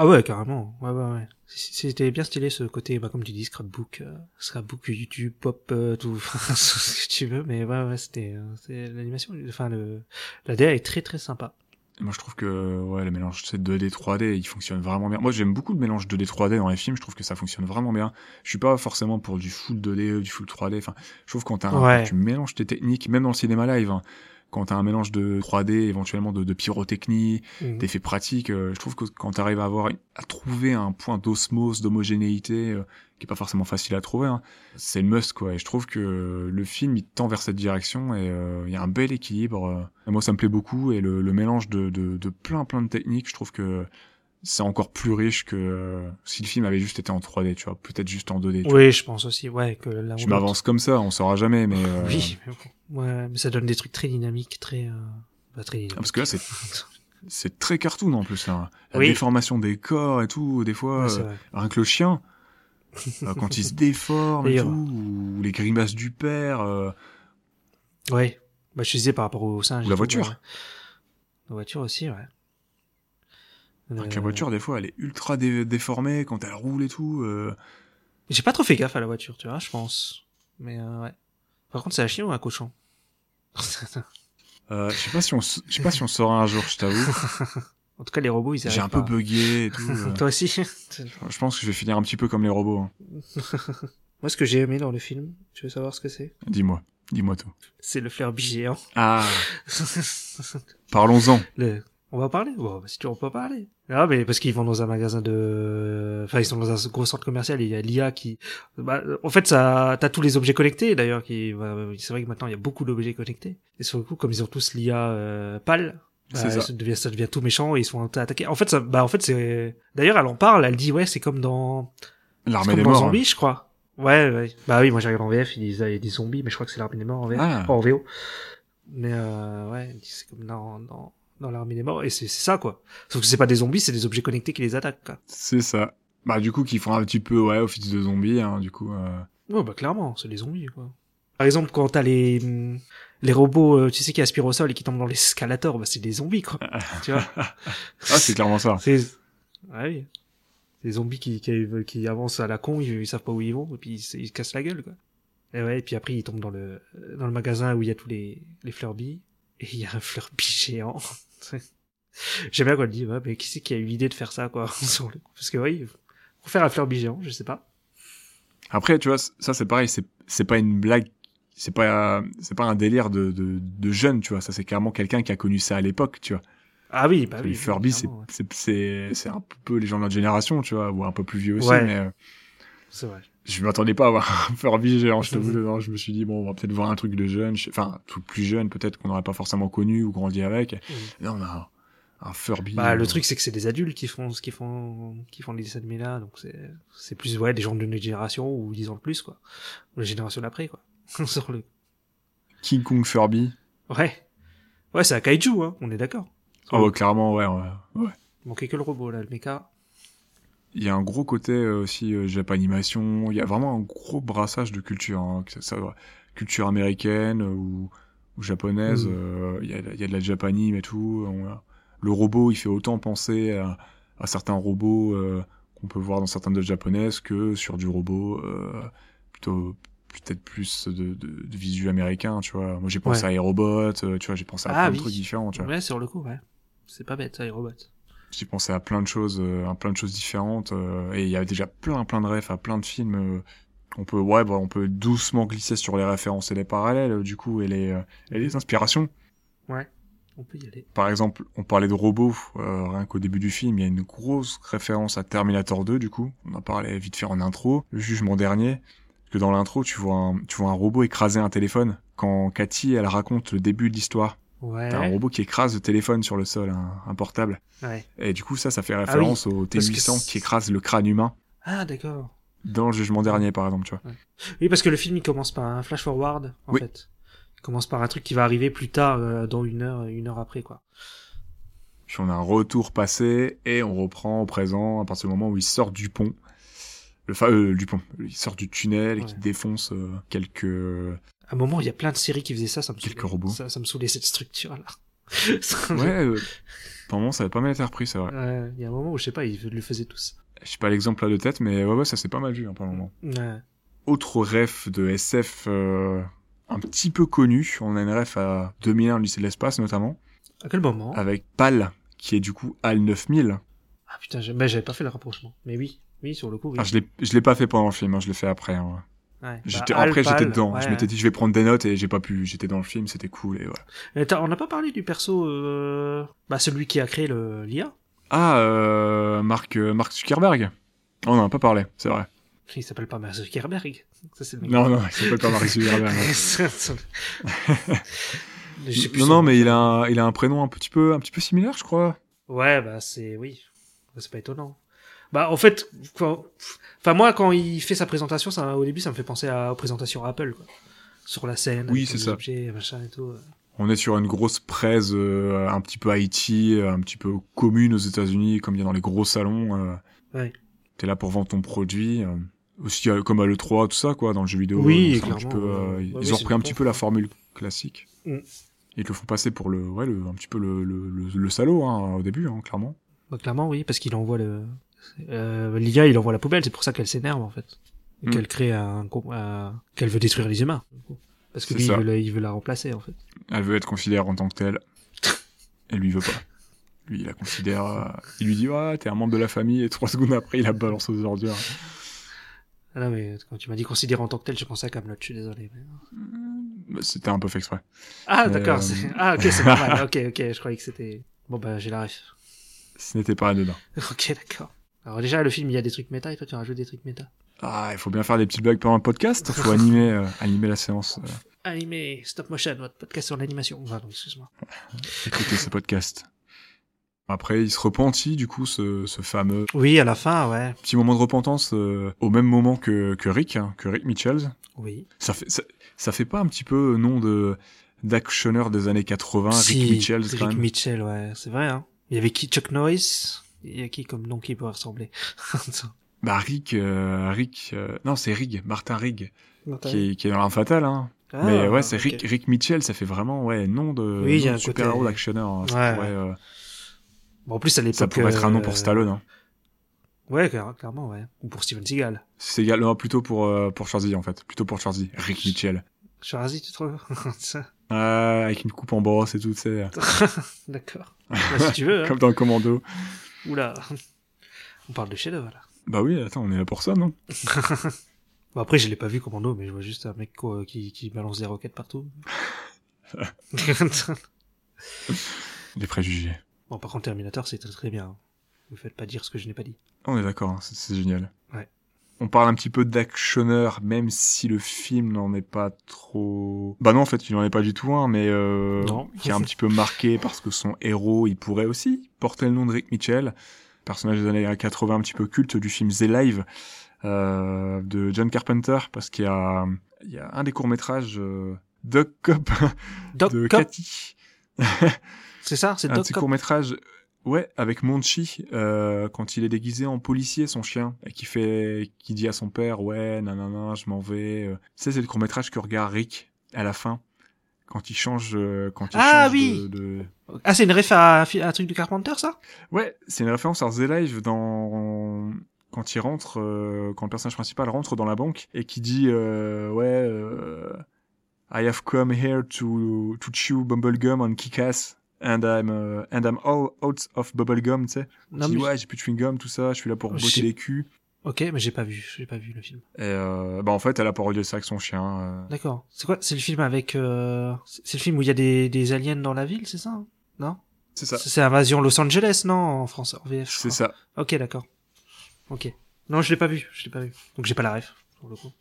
ah ouais, carrément. Ouais, ouais, ouais. C- C'était bien stylé ce côté, bah, comme tu dis, scrapbook, euh, scrapbook, YouTube, pop, euh, tout, enfin, ce que tu veux, mais ouais, ouais, c'était, euh, c'est l'animation, enfin, le, la DA est très très sympa. Moi, je trouve que ouais, le mélange c'est 2D 3D, il fonctionne vraiment bien. Moi, j'aime beaucoup le mélange 2D 3D dans les films. Je trouve que ça fonctionne vraiment bien. Je suis pas forcément pour du full 2D, du full 3D. Enfin, je trouve quand, t'as un- Ouais. quand tu mélanges tes techniques, même dans le cinéma live, hein, quand t'as un mélange de 3D, éventuellement de, de pyrotechnie, Mhm. d'effets pratiques, euh, je trouve que quand t'arrives à avoir à trouver un point d'osmose, d'homogénéité, euh, qui est pas forcément facile à trouver, hein, c'est le must quoi. Et je trouve que le film il tend vers cette direction et euh, il y a un bel équilibre. euh. Et moi ça me plaît beaucoup et le, le mélange de, de, de plein plein de techniques, je trouve que c'est encore plus riche que euh, si le film avait juste été en 3D, tu vois, peut-être juste en 2D. tu vois. Oui, je pense aussi, ouais, que là, Je on- m'avance comme ça, on saura jamais, mais euh, Oui, mais bon. Ouais, mais ça donne des trucs très dynamiques, très, euh, bah, très ah, parce que là c'est c'est très cartoon en plus là. La Oui. déformation des corps et tout, des fois. Ouais, euh, c'est vrai. Rien que le chien, euh, quand il se déforme et D'ailleurs. tout, ou les grimaces du père, euh, Ouais. Bah, je disais par rapport au singe. Ou et la tout, voiture. ouais. La voiture aussi, ouais. avec Euh, la voiture, des fois, elle est ultra dé- déformée quand elle roule et tout. euh, J'ai pas trop fait gaffe à la voiture, tu vois, je pense. Mais euh, ouais. Par contre, c'est un chien ou un cochon euh, je sais pas si on, s- je sais pas si on saura un jour, je t'avoue. En tout cas, les robots, ils arrivent J'ai un peu pas. bugué et tout. euh. Toi aussi je pense que je vais finir un petit peu comme les robots. hein. Moi, ce que j'ai aimé dans le film, tu veux savoir ce que c'est Dis-moi, dis-moi tout. C'est le flair géant. Ah, parlons-en. Le- On va en parler Bon, bah, si tu veux, on peut en parler. Ah, mais parce qu'ils vont dans un magasin de... Enfin, ils sont dans un gros centre commercial et il y a l'IA qui... Bah, euh, en fait, ça... t'as tous les objets connectés, d'ailleurs. qui bah, euh, C'est vrai que maintenant, il y a beaucoup d'objets connectés. Et sur le coup, comme ils ont tous l'IA euh, pâle, bah, C'est ça. ça, devient, ça devient tout méchant et ils sont attaqués. En fait, ça... bah, en fait c'est... D'ailleurs, elle en parle, elle dit, ouais, c'est comme dans... C'est L'armée comme des dans morts. hein. Zombies, je crois. Ouais, ouais. Bah oui, moi, j'ai regardé en VF, ils disent, ah, il y a des zombies, mais je crois que c'est l'armée des morts en VF. Ah. Pas en VO. Mais euh, ouais, c'est comme dans, dans, dans l'armée des morts. Et c'est c'est ça, quoi. Sauf que c'est pas des zombies, c'est des objets connectés qui les attaquent, quoi. hein. C'est ça. Bah du coup, qui font un petit peu, ouais, office de zombies, hein, du coup. euh. Ouais, bah clairement, c'est des zombies, quoi. Par exemple, quand t'as les, hum, les robots, euh, tu sais, qui aspirent au sol et qui tombent dans l'escalator, bah c'est des zombies, quoi. tu vois Ah, c'est clairement ça. C'est... Ouais, oui. C'est des zombies qui, qui, qui avancent à la con, ils, ils savent pas où ils vont, et puis ils, se- ils se cassent la gueule, quoi. Et ouais, et puis après, ils tombent dans le, dans le magasin où il y a tous les, les fleurbies, et il y a un fleurbi géant. J'aime bien quand elle dit, ouais, mais qui c'est qui a eu l'idée de faire ça, quoi, sur le coup Parce que oui, pour faire un fleurbi géant, je sais pas. Après, tu vois, c- ça c'est pareil, c'est c'est pas une blague, c'est pas c'est pas un délire de de, de jeune, tu vois. Ça c'est clairement quelqu'un qui a connu ça à l'époque, tu vois. Ah oui, bah oui. les oui, Furby, c'est clairement, ouais. c'est c'est c'est un peu les gens de notre génération, tu vois, ou un peu plus vieux aussi, Ouais. mais euh, C'est vrai. je m'attendais pas à voir un Furby géant, je t'avoue, dedans. hein. Je me suis dit, bon, on va peut-être voir un truc de jeune, je sais- enfin, tout plus jeune, peut-être qu'on n'aurait pas forcément connu ou grandi avec. Non, on a un, un Furby. Bah, euh, le truc, c'est que c'est des adultes qui font ce qu'ils font, qui font les dessins animés là, donc c'est, c'est plus, ouais, des gens de notre génération ou 10 ans de plus, quoi. Ou la génération d'après, quoi. On sort le. King Kong Furby. Ouais. Ouais, c'est un kaiju, hein, on est d'accord. Ah ouais, clairement, ouais, ouais. ouais. Il manquait que le robot, là, le mecha. Il y a un gros côté euh, aussi euh, Japanimation. Il y a vraiment un gros brassage de culture. hein, que ça- ça- ouais. culture américaine euh, ou, ou japonaise. Mm. euh, Il y, a, il y a de la japanime et tout. on a- le robot, il fait autant penser à, à certains robots euh, qu'on peut voir dans certaines de japonaises que sur du robot euh, plutôt peut-être plus de, de, de visu américain. Tu vois, moi j'ai pensé à Aerobot. euh, tu vois, j'ai pensé à Ah plein oui. de trucs différents. Tu vois. Ouais, sur le coup, ouais. C'est pas bête, ça, les robots. J'ai pensé à plein de choses, euh, à plein de choses différentes, euh, et il y a déjà plein, plein de refs, à plein de films. euh, on peut, ouais, bah, on peut doucement glisser sur les références et les parallèles, euh, du coup, et les, euh, et les inspirations. Ouais. On peut y aller. Par exemple, on parlait de robots, euh, rien qu'au début du film, il y a une grosse référence à Terminator 2, du coup. On en parlait vite fait en intro, le jugement dernier, que dans l'intro, tu vois un, tu vois un robot écraser un téléphone quand Cathy, elle raconte le début de l'histoire. Ouais. T'as un robot qui écrase le téléphone sur le sol, un- un portable. Ouais. Et du coup, ça, ça fait Ah oui, référence au parce que T800 c'est- qui écrase le crâne humain Ah, d'accord. dans le jugement dernier, par exemple, tu vois. Oui, parce que le film, il commence par un flash forward, en Oui. fait. Il commence par un truc qui va arriver plus tard, euh, dans une heure, une heure après, quoi. Puis on a un retour passé et on reprend au présent à partir du moment où il sort du pont. Le fa- euh, du pont. Il sort du tunnel et qui Ouais. défonce euh, quelques... À un moment, il y a plein de séries qui faisaient ça, ça me Quelques saoulait. robots. Ça, ça me saoulait, cette structure-là. Ça me- Ouais, euh, pendant un moment, ça a pas mal été repris, c'est vrai. Ouais, il y a un moment où, je sais pas, ils le faisaient tous. Je sais pas l'exemple là de tête, mais ouais, ouais, ça s'est pas mal vu, hein, pour le moment. Ouais. Autre ref de SF euh, un petit peu connu, on a une ref à 2001, le lycée de l'espace, notamment, À quel moment avec PAL, qui est du coup HAL 9000. Ah putain, j'ai- ben, j'avais pas fait le rapprochement. Mais oui, oui, sur le coup, oui. Ah, je l'ai- je l'ai pas fait pendant le film, hein, je l'ai fait après. hein, ouais. Ouais. J'étais Bah, après, j'étais Alpal, dedans. ouais. je m'étais dit, je vais prendre des notes et j'ai pas pu. J'étais dans le film, c'était cool et voilà. Euh, t'as- on n'a pas parlé du perso, euh... bah, celui qui a créé le l'IA. Ah, euh, Mark, euh, Mark Zuckerberg. Oh, on n'en a pas parlé, c'est vrai. Il s'appelle pas Mark Zuckerberg. Ça, c'est le mec. Non, non, il s'appelle pas Mark Zuckerberg. ouais. Ça, ça- Je sais plus Non, son non, nom. mais il a, un, il a un prénom un petit peu, un petit peu similaire, je crois. Ouais, bah, c'est, oui. C'est pas étonnant. Bah, en fait, quand- enfin, moi, quand il fait sa présentation, ça, au début, ça me fait penser à, aux présentations Apple, quoi. Sur la scène. Oui, avec c'est les ça. objets, machin et tout. On est sur une grosse presse, euh, un petit peu Haïti, euh, un petit peu commune aux États-Unis, comme il y a dans les gros salons. euh. Ouais. T'es là pour vendre ton produit. euh. Aussi euh, comme à l'E3, tout ça, quoi, dans le jeu vidéo. Oui, c'est un petit clairement, peu, euh, ouais. Ouais, ils oui, ont c'est repris un le petit fond. peu la formule classique. Mm. Ils te le font passer pour le, ouais, le, un petit peu le, le, le, le salaud, hein, au début, hein, clairement. Bah, clairement, oui, parce qu'il envoie le. Euh, L'IA, il envoie la poubelle, c'est pour ça qu'elle s'énerve, en fait. Et Mm. Qu'elle crée un. com- un- qu'elle veut détruire les humains. du coup. Parce que C'est lui, il ça. veut, la, il veut la remplacer, en fait. Elle veut être considérée en tant que telle. Et lui, il veut pas. Lui, il la considère, euh, il lui dit, ah, t'es un membre de la famille, et trois secondes après, il la balance aux ordures. Ah non, mais quand tu m'as dit considéré en tant que tel, j'ai pensé à Kaamelott, je suis désolé. mais- Bah, C'était un peu fait exprès. Ah, Euh, d'accord. c'est- Ah, ok, c'est normal. ok, ok, je croyais que c'était. Bon, bah, j'ai la ref. Ce n'était pas dedans. Ok, d'accord. Alors, déjà, le film, il y a des trucs méta, et toi, tu rajoutes des trucs méta. Ah, il faut bien faire des petites blagues pendant un podcast. Faut animer, euh, animer la séance. euh, Animé, stop motion, votre podcast sur l'animation. Pardon, excuse-moi. écouter ce podcast. Après, il se repentit, du coup, ce, ce fameux Oui, à la fin, ouais. petit moment de repentance euh, au même moment que, que Rick, hein, que Rick Mitchells. Oui. Ça fait, ça, ça fait pas un petit peu nom de d'actionneur des années 80, Si, Ah, Rick Mitchells, quand Rick même. Mitchell, ouais, c'est vrai, hein. Il y avait qui Chuck Norris Il y a qui comme nom qui peut ressembler bah, Rick, euh, Rick, euh, non, c'est Rig, Martin Rig, Qui qui est, qui est dans l'Arme Fatale, hein. Ah, Mais ouais, c'est ok. Rick, Rick Mitchell, ça fait vraiment, ouais, nom de, Oui, il y a nom un de super-héros côté- d'actionneur. hein. Ouais, Ça, pourrait, ouais. euh, Bon, en plus, à l'époque. ça pourrait être un nom euh, pour Stallone, hein. Ouais, clair- clairement, ouais. Ou pour Steven Seagal. C'est égal, non, plutôt pour, euh, pour Schwarzy, en fait. Plutôt pour Schwarzy. Rick Mitchell. Sharazi, tu trouves Ah, avec une coupe en brosse et tout, tu sais. D'accord. Bah, si tu veux. hein. Comme dans Commando. Oula. On parle de chef-d'œuvre, là. Bah oui, attends, on est là pour ça, non Bon, après, je l'ai pas vu commando, mais je vois juste un mec quoi, qui, qui balance des roquettes partout. Les préjugés. bon, par contre, hein. Terminator, c'est très très bien. Ne me faites pas dire ce que je n'ai pas dit. On est d'accord, hein, c'est- c'est génial. Ouais. On parle un petit peu d'actionneur, même si le film n'en est pas trop. Bah non, en fait, il n'en est pas du tout un, mais euh, Non. qui est un petit peu marqué parce que son héros, il pourrait aussi porter le nom de Rick Mitchell, personnage des années 80 un petit peu culte du film The Live euh, de John Carpenter, parce qu'il y a, il y a un des courts métrages euh, Doc Cop Doc de Cop, Cathy. c'est ça, c'est un Doc petit Cop. court métrage ouais avec Monchi euh, quand il est déguisé en policier son chien et qui fait qui dit à son père ouais nanana je m'en vais euh. tu sais c'est le court métrage que regarde Rick à la fin quand il change euh, quand il Ah change de, oui de- Ah, c'est une ref à, un fi- à un truc de Carpenter, ça ouais c'est une référence à The Live dans quand il rentre euh, quand le personnage principal rentre dans la banque et qui dit euh, ouais euh, I have come here to to chew bubblegum on Kick-Ass and I'm euh, and I'm all out of bubblegum tu sais Non, dit, mais... Oh, ouais, j'ai plus de chewing-gum, tout ça, je suis là pour Je botter sais- les culs. Ok, mais j'ai pas vu, j'ai pas vu le film. Et euh, bah en fait, elle a parodié ça avec son chien. euh. D'accord. C'est quoi C'est le film avec... euh, C'est c'est le film où il y a des, des aliens dans la ville, c'est ça hein? Non C'est ça. C'est Invasion Los Angeles, non En France, en VF, je C'est crois. ça. Ok, d'accord. Ok. Non, je l'ai pas vu, je l'ai pas vu. Donc j'ai pas la ref, pour le coup.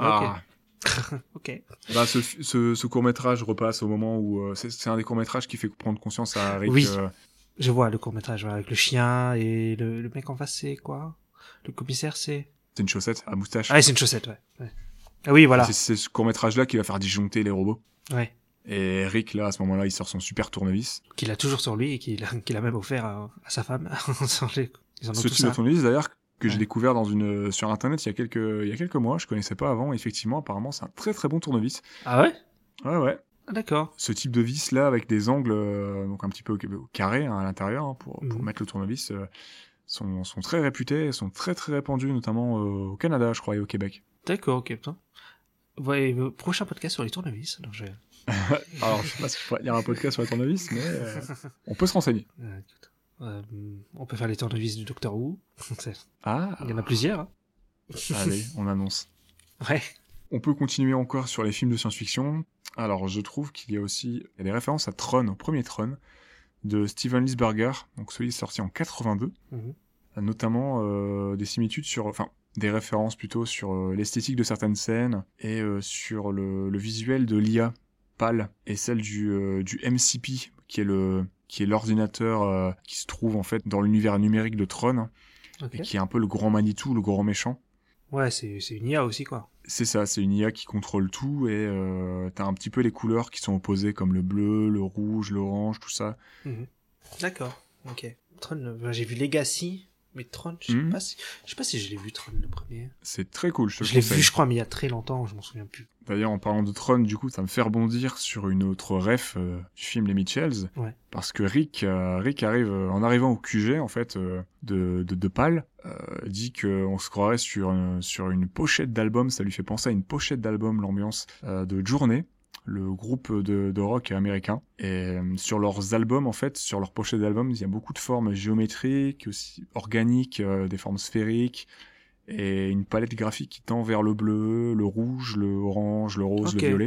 Ah. Ok. Bah, ce, ce, ce court-métrage repasse au moment où... euh, c'est- c'est un des courts-métrages qui fait prendre conscience à Rick. Oui. euh, Je vois le court-métrage, ouais, avec le chien et le, le mec en face, c'est quoi Le commissaire, c'est... c'est une chaussette à moustache. Ah, c'est une chaussette, ouais. ouais. Ah oui, voilà. C'est c'est ce court-métrage-là qui va faire disjoncter les robots. Ouais. Et Rick, là, à ce moment-là, il sort son super tournevis. Qu'il a toujours sur lui et qu'il a, qu'il a même offert à, à sa femme. Sans les- Ils en ont Ce tous type de un. tournevis, d'ailleurs, que j'ai Ouais. découvert dans une, sur Internet il y, a quelques, il y a quelques mois. Je connaissais pas avant. Effectivement, apparemment, c'est un très très bon tournevis. Ah ouais Ouais, ouais. Ah, D'accord. ce type de vis là avec des angles euh, donc un petit peu carrés hein, à l'intérieur hein, pour, pour Mhm. mettre le tournevis euh, sont, sont très réputés, sont très très répandus notamment euh, au Canada je crois et au Québec. D'accord, ok, putain. Ouais, euh, prochain podcast sur les tournevis. Alors je... Alors je sais pas si il y a un podcast sur les tournevis mais euh, on peut se renseigner. Euh, écoute. Euh, on peut faire les tournevis du Docteur Who. Ah Il y en a plusieurs. hein. allez on annonce. Ouais. On peut continuer encore sur les films de science-fiction. Alors, je trouve qu'il y a aussi il y a des références à Tron, au premier Tron, de Steven Lisberger, donc celui sorti en 82. Mhm. Notamment euh, des similitudes sur, enfin, des références plutôt sur euh, l'esthétique de certaines scènes et euh, sur le, le visuel de l'IA PAL et celle du, euh, du MCP, qui est le qui est l'ordinateur euh, qui se trouve en fait dans l'univers numérique de Tron hein, Ok. et qui est un peu le grand Manitou, le grand méchant. Ouais, c'est c'est une IA aussi, quoi. C'est ça, c'est une IA qui contrôle tout et euh, t'as un petit peu les couleurs qui sont opposées comme le bleu, le rouge, l'orange, tout ça. D'accord, ok. Tron, euh, ben, j'ai vu Legacy, mais Tron, je sais Mhm. pas si, je sais pas si je l'ai vu Tron le premier. C'est très cool, je te le Je l'ai conseille. vu, je crois, mais il y a très longtemps, je m'en souviens plus. D'ailleurs, en parlant de Tron, du coup, ça me fait rebondir sur une autre ref euh, du film Les Mitchells. Ouais. Parce que Rick, euh, Rick arrive, euh, en arrivant au QG, en fait, euh, de, de, de Pal, euh, dit qu'on se croirait sur, une- sur une pochette d'album, ça lui fait penser à une pochette d'album, l'ambiance euh, de Journée, le groupe de, de rock américain. Et euh, sur leurs albums, en fait, sur leurs pochettes d'albums, il y a beaucoup de formes géométriques, aussi organiques, euh, des formes sphériques, et une palette graphique qui tend vers le bleu, le rouge, le orange, le rose, Ok. le violet.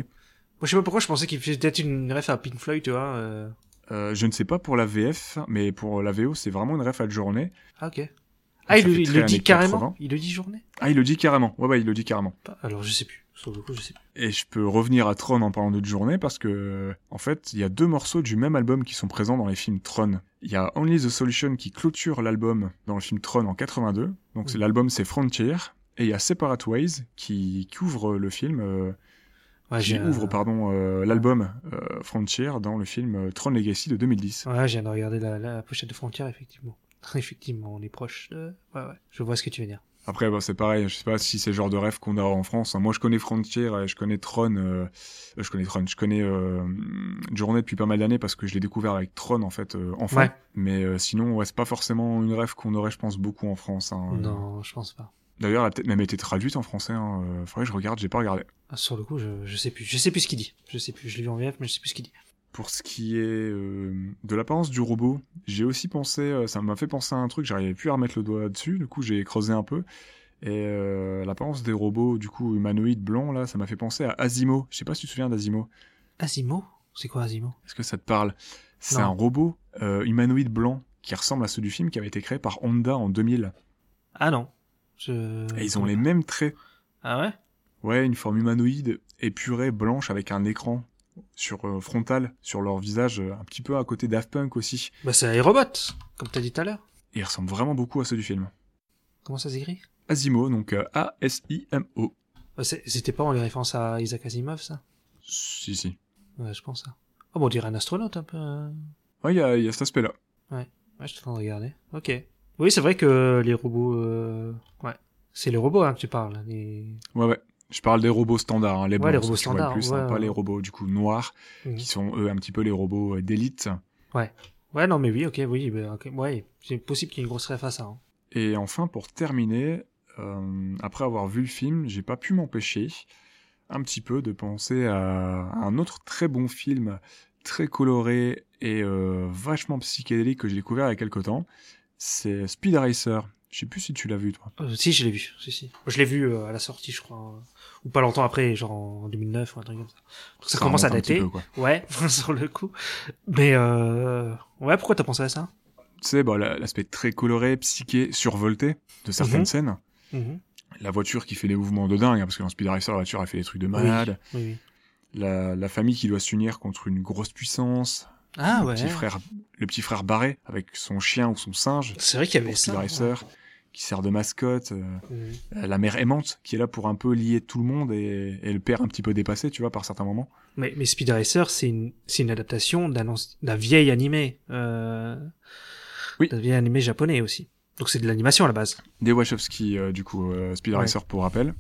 Moi, je sais pas pourquoi je pensais qu'il faisait peut-être une ref à Pink Floyd, tu vois. euh. Euh, je ne sais pas pour la VF, mais pour la VO, c'est vraiment une ref à journée. Ah, ok. Ah, il, ça le- fait il très le dit années carrément 80. Il le dit journée Ah, il le dit carrément. Ouais, ouais, il le dit carrément. Pas- Alors, je sais plus. Sur le coup, je sais plus. Et je peux revenir à Tron en parlant de journée parce que, en fait, il y a deux morceaux du même album qui sont présents dans les films Tron. Il y a Only the Solution qui clôture l'album dans le film Tron en 82. Donc, c'est- Mm. l'album, c'est Frontier. Et il y a Separate Ways qui, qui ouvre le film, euh, Ouais, qui Ah, j'ai un- ouvre, pardon, euh, l'album euh, Frontier dans le film euh, Tron Legacy de 2010. Ouais, je viens de regarder la, la pochette de Frontière, effectivement. effectivement, on est proche de... Ouais, ouais, je vois ce que tu veux dire. Après, bah, c'est pareil, je sais pas si c'est le genre de rêve qu'on a en France. hein. Moi, je connais Frontier, euh, je connais Tron, euh, euh, je connais Tron, je connais euh, Journée depuis pas mal d'années parce que je l'ai découvert avec Tron, en fait, euh, enfin. Ouais. Mais euh, sinon, ouais, c'est pas forcément une rêve qu'on aurait, je pense, beaucoup en France. hein. Non, je pense pas. D'ailleurs, elle a peut-être même été traduite en français. Hein. Euh, faudrait que je regarde, j'ai pas regardé. Ah, sur le coup, je, je sais plus. Je sais plus ce qu'il dit. Je sais plus. Je l'ai vu en VF, mais je sais plus ce qu'il dit. Pour ce qui est euh, de l'apparence du robot, j'ai aussi pensé, euh, ça m'a fait penser à un truc, j'arrivais plus à remettre le doigt dessus, du coup j'ai creusé un peu. Et euh, l'apparence des robots, du coup humanoïdes blancs, là, ça m'a fait penser à Asimo. Je sais pas si tu te souviens d'Asimo. Asimo C'est quoi Asimo Est-ce que ça te parle C'est Non. un robot euh, humanoïde blanc qui ressemble à ceux du film qui avait été créé par Honda en 2000. Ah non. Je- Et ils ont les mêmes traits. Ah ouais Ouais, une forme humanoïde, épurée, blanche, avec un écran sur euh, frontal, sur leur visage, euh, un petit peu à côté d'Aft Punk aussi. Bah c'est Aerobot, comme t'as dit tout à l'heure. Et ils ressemblent vraiment beaucoup à ceux du film. Comment ça s'écrit Asimo, donc euh, A-S-I-M-O. Bah, c'est- C'était pas en référence à Isaac Asimov, ça Si, si. Ouais, je pense. hein. Oh, bon, on dirait un astronaute un peu. hein. Ouais, il y, a- il y a cet aspect-là. Ouais, je suis en train de regarder. Ok. Oui, c'est vrai que les robots. euh, Ouais. C'est les robots hein, que tu parles. Les... Ouais, ouais. Je parle des robots standards, hein, les, Ouais, blancs, les ceux que robots tu vois le standards, plus, hein, ouais, pas ouais. les robots du coup noirs, Mhm. qui sont eux un petit peu les robots euh, d'élite. Ouais, non, mais oui, ok, oui. bah, ok, Ouais, c'est possible qu'il y ait une grosse ref à ça. hein. Et enfin, pour terminer, euh, après avoir vu le film, j'ai pas pu m'empêcher un petit peu de penser à un autre très bon film, très coloré et euh, vachement psychédélique que j'ai découvert il y a quelque temps. C'est Speed Racer. Je sais plus si tu l'as vu, toi. Euh, si, je l'ai vu. Si, si. Je l'ai vu euh, à la sortie, je crois. hein. Ou pas longtemps après, genre en 2009 ou un truc comme ça. Donc, ça, commence à remonte un petit dater. peu, quoi. Ouais, sur le coup. Mais euh... ouais, pourquoi t'as pensé à ça Tu sais, bah, la- l'aspect très coloré, psyché, survolté de certaines Mhm. scènes. Mhm. La voiture qui fait des mouvements de dingue, hein, parce que dans Speed Racer, la voiture, elle fait des trucs de malade. Oui, oui. La, la famille qui doit s'unir contre une grosse puissance. Ah le ouais. petit frère le petit frère barré avec son chien ou son singe C'est vrai qu'il y avait pour Speed ça. Racer qui sert de mascotte euh, ouais. Mhm. la mère aimante qui est là pour un peu lier tout le monde et, et le père un petit peu dépassé tu vois par certains moments Mais, mais Speed Racer, c'est une, c'est une adaptation d'un, anci- d'un vieil animé. Euh, Oui. D'un vieil animé japonais aussi. Donc c'est de l'animation à la base. des Wachowski euh, du coup euh, Speed Ouais. Racer pour rappel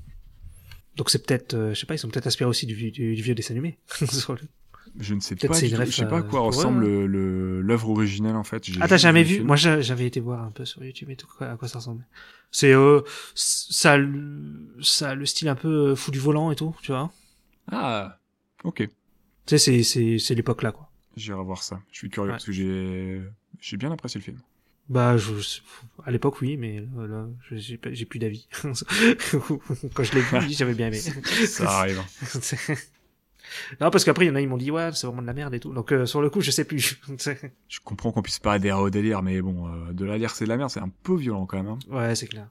Donc c'est peut-être, euh, je sais pas, ils sont peut-être inspirés aussi du, vieux- du, du vieux dessin animé. Sur le- je ne sais Peut-être pas c'est du une tout- ref, je sais pas à euh, quoi ouais, ressemble ouais. le- le- l'œuvre originale en fait J'ai Ah t'as jamais le vu film. Moi j'a- j'avais été voir un peu sur YouTube et tout quoi- à quoi ça ressemblait. C'est euh, c- ça, a le- ça a le style un peu euh, fou du volant et tout, tu vois. ah ok Tu sais, c'est, c'est, c'est l'époque là quoi. j'irai voir ça je suis curieux Ouais. parce que j'ai j'ai bien apprécié le film Bah, je, à l'époque, oui, mais là, là, je- j'ai pas- j'ai plus d'avis. Quand je l'ai vu, j'avais bien aimé. ça arrive non, parce qu'après, il y en a, ils m'ont dit, ouais, c'est vraiment de la merde et tout. Donc, euh, sur le coup, je sais plus. C'est- je comprends qu'on puisse pas adhérer au délire mais bon euh, de la lire c'est de la merde c'est un peu violent quand même hein. ouais, c'est clair.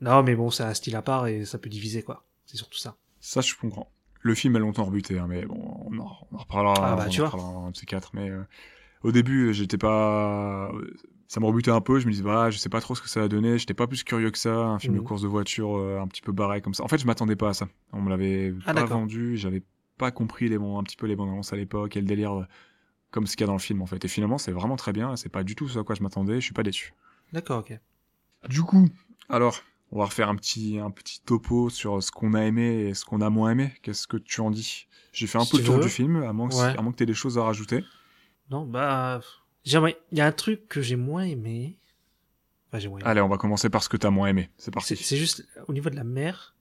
Non, mais bon, c'est un style à part et ça peut diviser, quoi. C'est surtout ça. Ça, je comprends. Le film a longtemps rebuté, hein, mais bon, on en, on en reparlera. Ah bah, on tu en vois. reparlera un de ces quatre. Mais euh, au début, euh, j'étais pas. euh, Ça me rebutait un peu. Je me disais, bah, je sais pas trop ce que ça a donné. J'étais pas plus curieux que ça. Un film Mhm. de course de voiture euh, un petit peu barré comme ça. En fait, je m'attendais pas à ça. On me l'avait Ah, pas d'accord. vendu. J'avais pas compris les bons, un petit peu les bandes annonces à l'époque et le délire euh, comme ce qu'il y a dans le film en fait. Et finalement, c'est vraiment très bien. C'est pas du tout ce à quoi je m'attendais. Je suis pas déçu. D'accord, ok. Du coup, alors, on va refaire un petit, un petit topo sur ce qu'on a aimé et ce qu'on a moins aimé. Qu'est-ce que tu en dis J'ai fait un Si peu tu le tour veux. du film, à moins que, Ouais. à moins que tu aies des choses à rajouter. Non, bah, j'aimerais, il y a un truc que j'ai moins aimé. Enfin, j'ai moins aimé. Allez, on va commencer par ce que tu as moins aimé. Ah, C'est C'est parti. c'est juste, au niveau de la mer,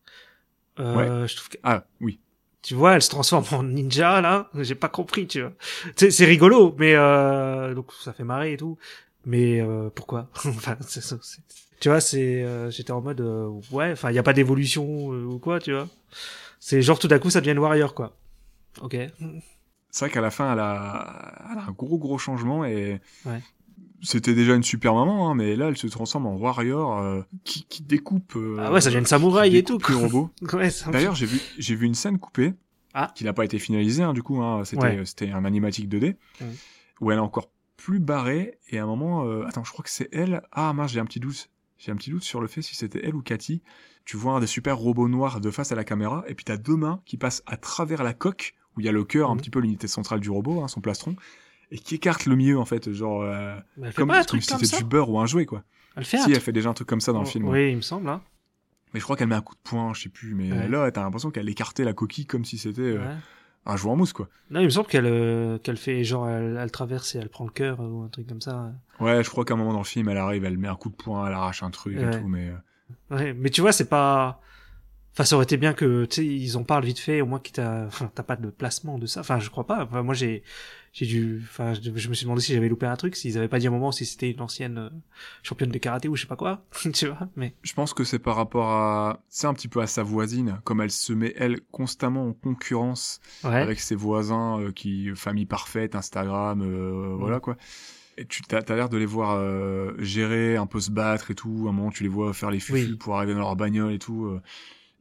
euh, je trouve que Ah, oui. tu vois, elle se transforme en ninja là. J'ai pas compris, tu vois. C'est, c'est rigolo, mais euh, donc ça fait marrer et tout. Mais euh, pourquoi Enfin, c'est, c'est- c'est- tu vois, c'est, euh, j'étais en mode euh, ouais, enfin, il y a pas d'évolution euh, ou quoi, tu vois. C'est genre tout d'un coup, ça devient une warrior quoi. Ok. C'est vrai qu'à la fin, elle a, elle a un gros, gros changement et. Ouais. C'était déjà une super maman, hein, mais là, elle se transforme en warrior euh, qui, qui découpe. euh, ah ouais, ça devient une qui samouraï et tout. découpe les robots. Ouais, ça- D'ailleurs, j'ai vu, j'ai vu une scène coupée, Ah. qui n'a pas été finalisée, hein, du coup, hein, c'était, Ouais. euh, c'était un animatique 2D, Mm. où elle est encore plus barrée, et à un moment, euh, attends, je crois que c'est elle, ah mince, j'ai un petit doute, j'ai un petit doute sur le fait si c'était elle ou Cathy, tu vois un des super robots noirs de face à la caméra, et puis t'as deux mains qui passent à travers la coque, où il y a le cœur, un Mm. petit peu l'unité centrale du robot, hein, son plastron, et qui écarte le milieu, en fait, genre, euh, Mais elle fait comme, pas un comme truc si comme c'était ça. du beurre ou un jouet, quoi. Elle fait un si, elle truc- Oh, fait déjà un truc comme ça dans le film. ouais. Oui, il me semble. Hein. Mais je crois qu'elle met un coup de poing, je sais plus, mais Ouais. là, t'as l'impression qu'elle écartait la coquille comme si c'était euh, Ouais. un joueur en mousse, quoi. Non, il me semble qu'elle euh, qu'elle fait genre elle, elle traverse et elle prend le cœur euh, ou un truc comme ça. Ouais, je crois qu'à un moment dans le film, elle arrive, elle met un coup de poing, elle arrache un truc Ouais. et tout, mais... euh, Ouais, mais tu vois, c'est pas. Enfin, ça aurait été bien que, tu sais, ils en parlent vite fait, au moins que t'as, enfin, t'as pas de placement de ça. Enfin, je crois pas. Enfin, moi, j'ai, j'ai dû, enfin, je, je me suis demandé si j'avais loupé un truc, s'ils avaient pas dit à un moment si c'était une ancienne euh, championne de karaté ou je sais pas quoi. tu vois, mais. Je pense que c'est par rapport à... C'est un petit peu à sa voisine, comme elle se met, elle, constamment en concurrence Ouais. Mm. avec ses voisins euh, qui... Famille parfaite, Instagram, euh, voilà, quoi. Et tu as, l'air de les voir euh, gérer, un peu se battre et tout. À un moment, tu les vois faire les fufus Oui. pour arriver dans leur bagnole et tout. euh,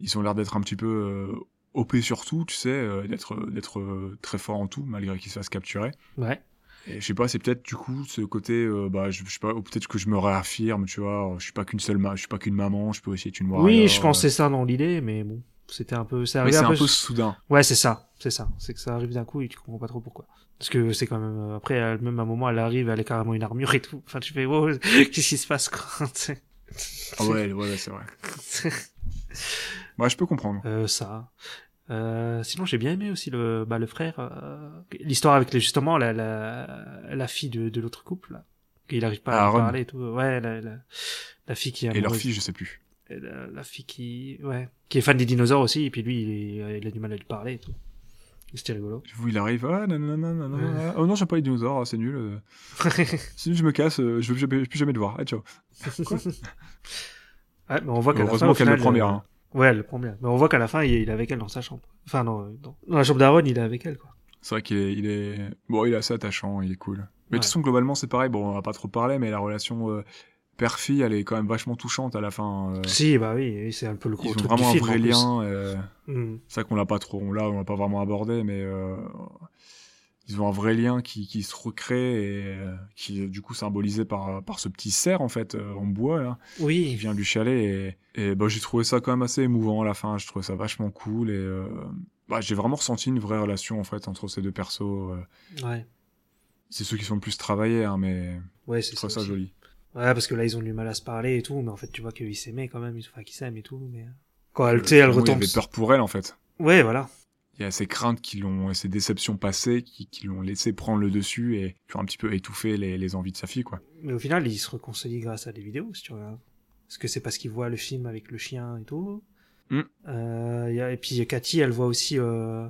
Ils ont l'air d'être un petit peu euh, OP sur tout, tu sais, euh, d'être d'être euh, très fort en tout, malgré qu'ils se fassent capturer. Ouais. Et je sais pas, c'est peut-être du coup ce côté, euh, bah, je, je sais pas, ou peut-être que je me réaffirme, tu vois, je suis pas qu'une seule, ma je suis pas qu'une maman, je peux aussi être une warrior. oui, je pense que euh. c'est ça dans l'idée, mais bon, c'était un peu. Ça Mais arrivait c'est un peu. soudain. Ouais, c'est ça, c'est ça. C'est que ça arrive d'un coup et tu comprends pas trop pourquoi. Parce que c'est quand même. euh, Après, elle- même à un moment, elle arrive, elle a carrément une armure et tout. Enfin, tu fais, wow, qu'est-ce qui se passe, quoi tu sais. Ah ouais, ouais, ouais, c'est vrai. Ouais, je peux comprendre. Euh, ça. Euh, sinon, j'ai bien aimé aussi le, bah, le frère. euh, L'histoire avec les- justement la, la, la fille de, de l'autre couple. Là. Il n'arrive pas à Aaron. parler et tout. Ouais, la, la, la fille qui est Et leur amoureuse. fille, je sais plus. Et La, la fille qui, ouais, qui est fan des dinosaures aussi. Et puis lui, il, est- euh, il a du mal à lui parler et tout. C'était rigolo. Vous, il arrive, ah, nanana, nanana. oh non, j'aime pas les dinosaures, ah, c'est nul. euh. C'est nul, je me casse, euh, je veux je veux plus jamais te voir. Ah, ciao. Ouais, mais on voit qu'à la fin, Heureusement au qu'elle le final, prend bien. euh, hein. Ouais, elle le prend bien. Mais on voit qu'à la fin, il est, il est avec elle dans sa chambre. Enfin, non, euh, dans, dans la chambre d'Aaron, il est avec elle, quoi. C'est vrai qu'il est, il est. Bon, il est assez attachant, il est cool. Mais de Ouais. toute façon, globalement, c'est pareil. Bon, on va pas trop parler, mais la relation euh, père-fille, elle est quand même vachement touchante à la fin. euh. Si, bah oui, oui, c'est un peu le gros Ils ont truc vraiment du un film, en vrai plus. lien. euh, Mm. C'est vrai qu'on l'a pas trop, on l'a, on l'a pas vraiment abordé, mais euh, ils ont un vrai lien qui, qui se recrée et euh, qui est du coup symbolisé par, par ce petit cerf en fait euh, en bois là, qui Oui, vient du chalet. Et, et bah, j'ai trouvé ça quand même assez émouvant à la fin. Je trouvais ça vachement cool et euh, bah, j'ai vraiment ressenti une vraie relation en fait entre ces deux persos. euh. ouais. C'est ceux qui sont le plus travaillés, hein, mais Ouais, c'est je trouvais ça, ça. aussi. joli. Ouais, parce que là, ils ont du mal à se parler et tout, mais en fait, tu vois qu'ils s'aimaient quand même, enfin, qu'ils s'aiment et tout, mais. euh, Quand elle, tu sais, elle Finalement, Euh, il retombe. avait peur pour elle en fait. Ouais, voilà. Il y a ces craintes qui l'ont, et ces déceptions passées qui, qui l'ont laissé prendre le dessus et qui ont un petit peu étouffé les, les envies de sa fille, quoi. Mais au final, ils se réconcilient grâce à des vidéos, si tu regardes. Parce que c'est parce qu'ils voient le film avec le chien et tout. Mm. Euh, il y a- et puis Cathy, elle voit aussi euh,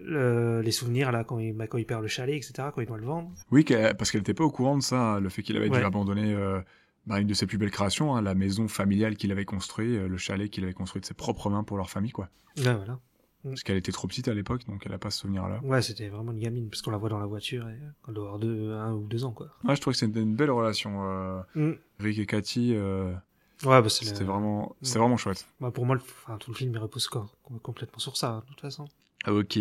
le- les souvenirs, là, quand il, bah, quand il perd le chalet, etc., quand il doit le vendre. Oui, qu'elle- parce qu'elle n'était pas au courant de ça, hein, le fait qu'il avait Ouais. dû abandonner euh, bah, une de ses plus belles créations, hein, la maison familiale qu'il avait construite, euh, le chalet qu'il avait construit de ses propres mains pour leur famille, quoi. Ouais, voilà. Parce qu'elle était trop petite à l'époque, donc elle a pas ce souvenir-là. Ouais, c'était vraiment une gamine, parce qu'on la voit dans la voiture, et euh, elle doit avoir deux, un ou deux ans, quoi. Ouais, Ah, je trouve que c'était une belle relation. Euh, Mm. Rick et Cathy, euh, Ouais, bah, c'est c'était le- vraiment, c'était vraiment chouette. bah, pour moi, le- enfin, tout le film, il repose co- complètement sur ça, hein, de toute façon. Ah, ok.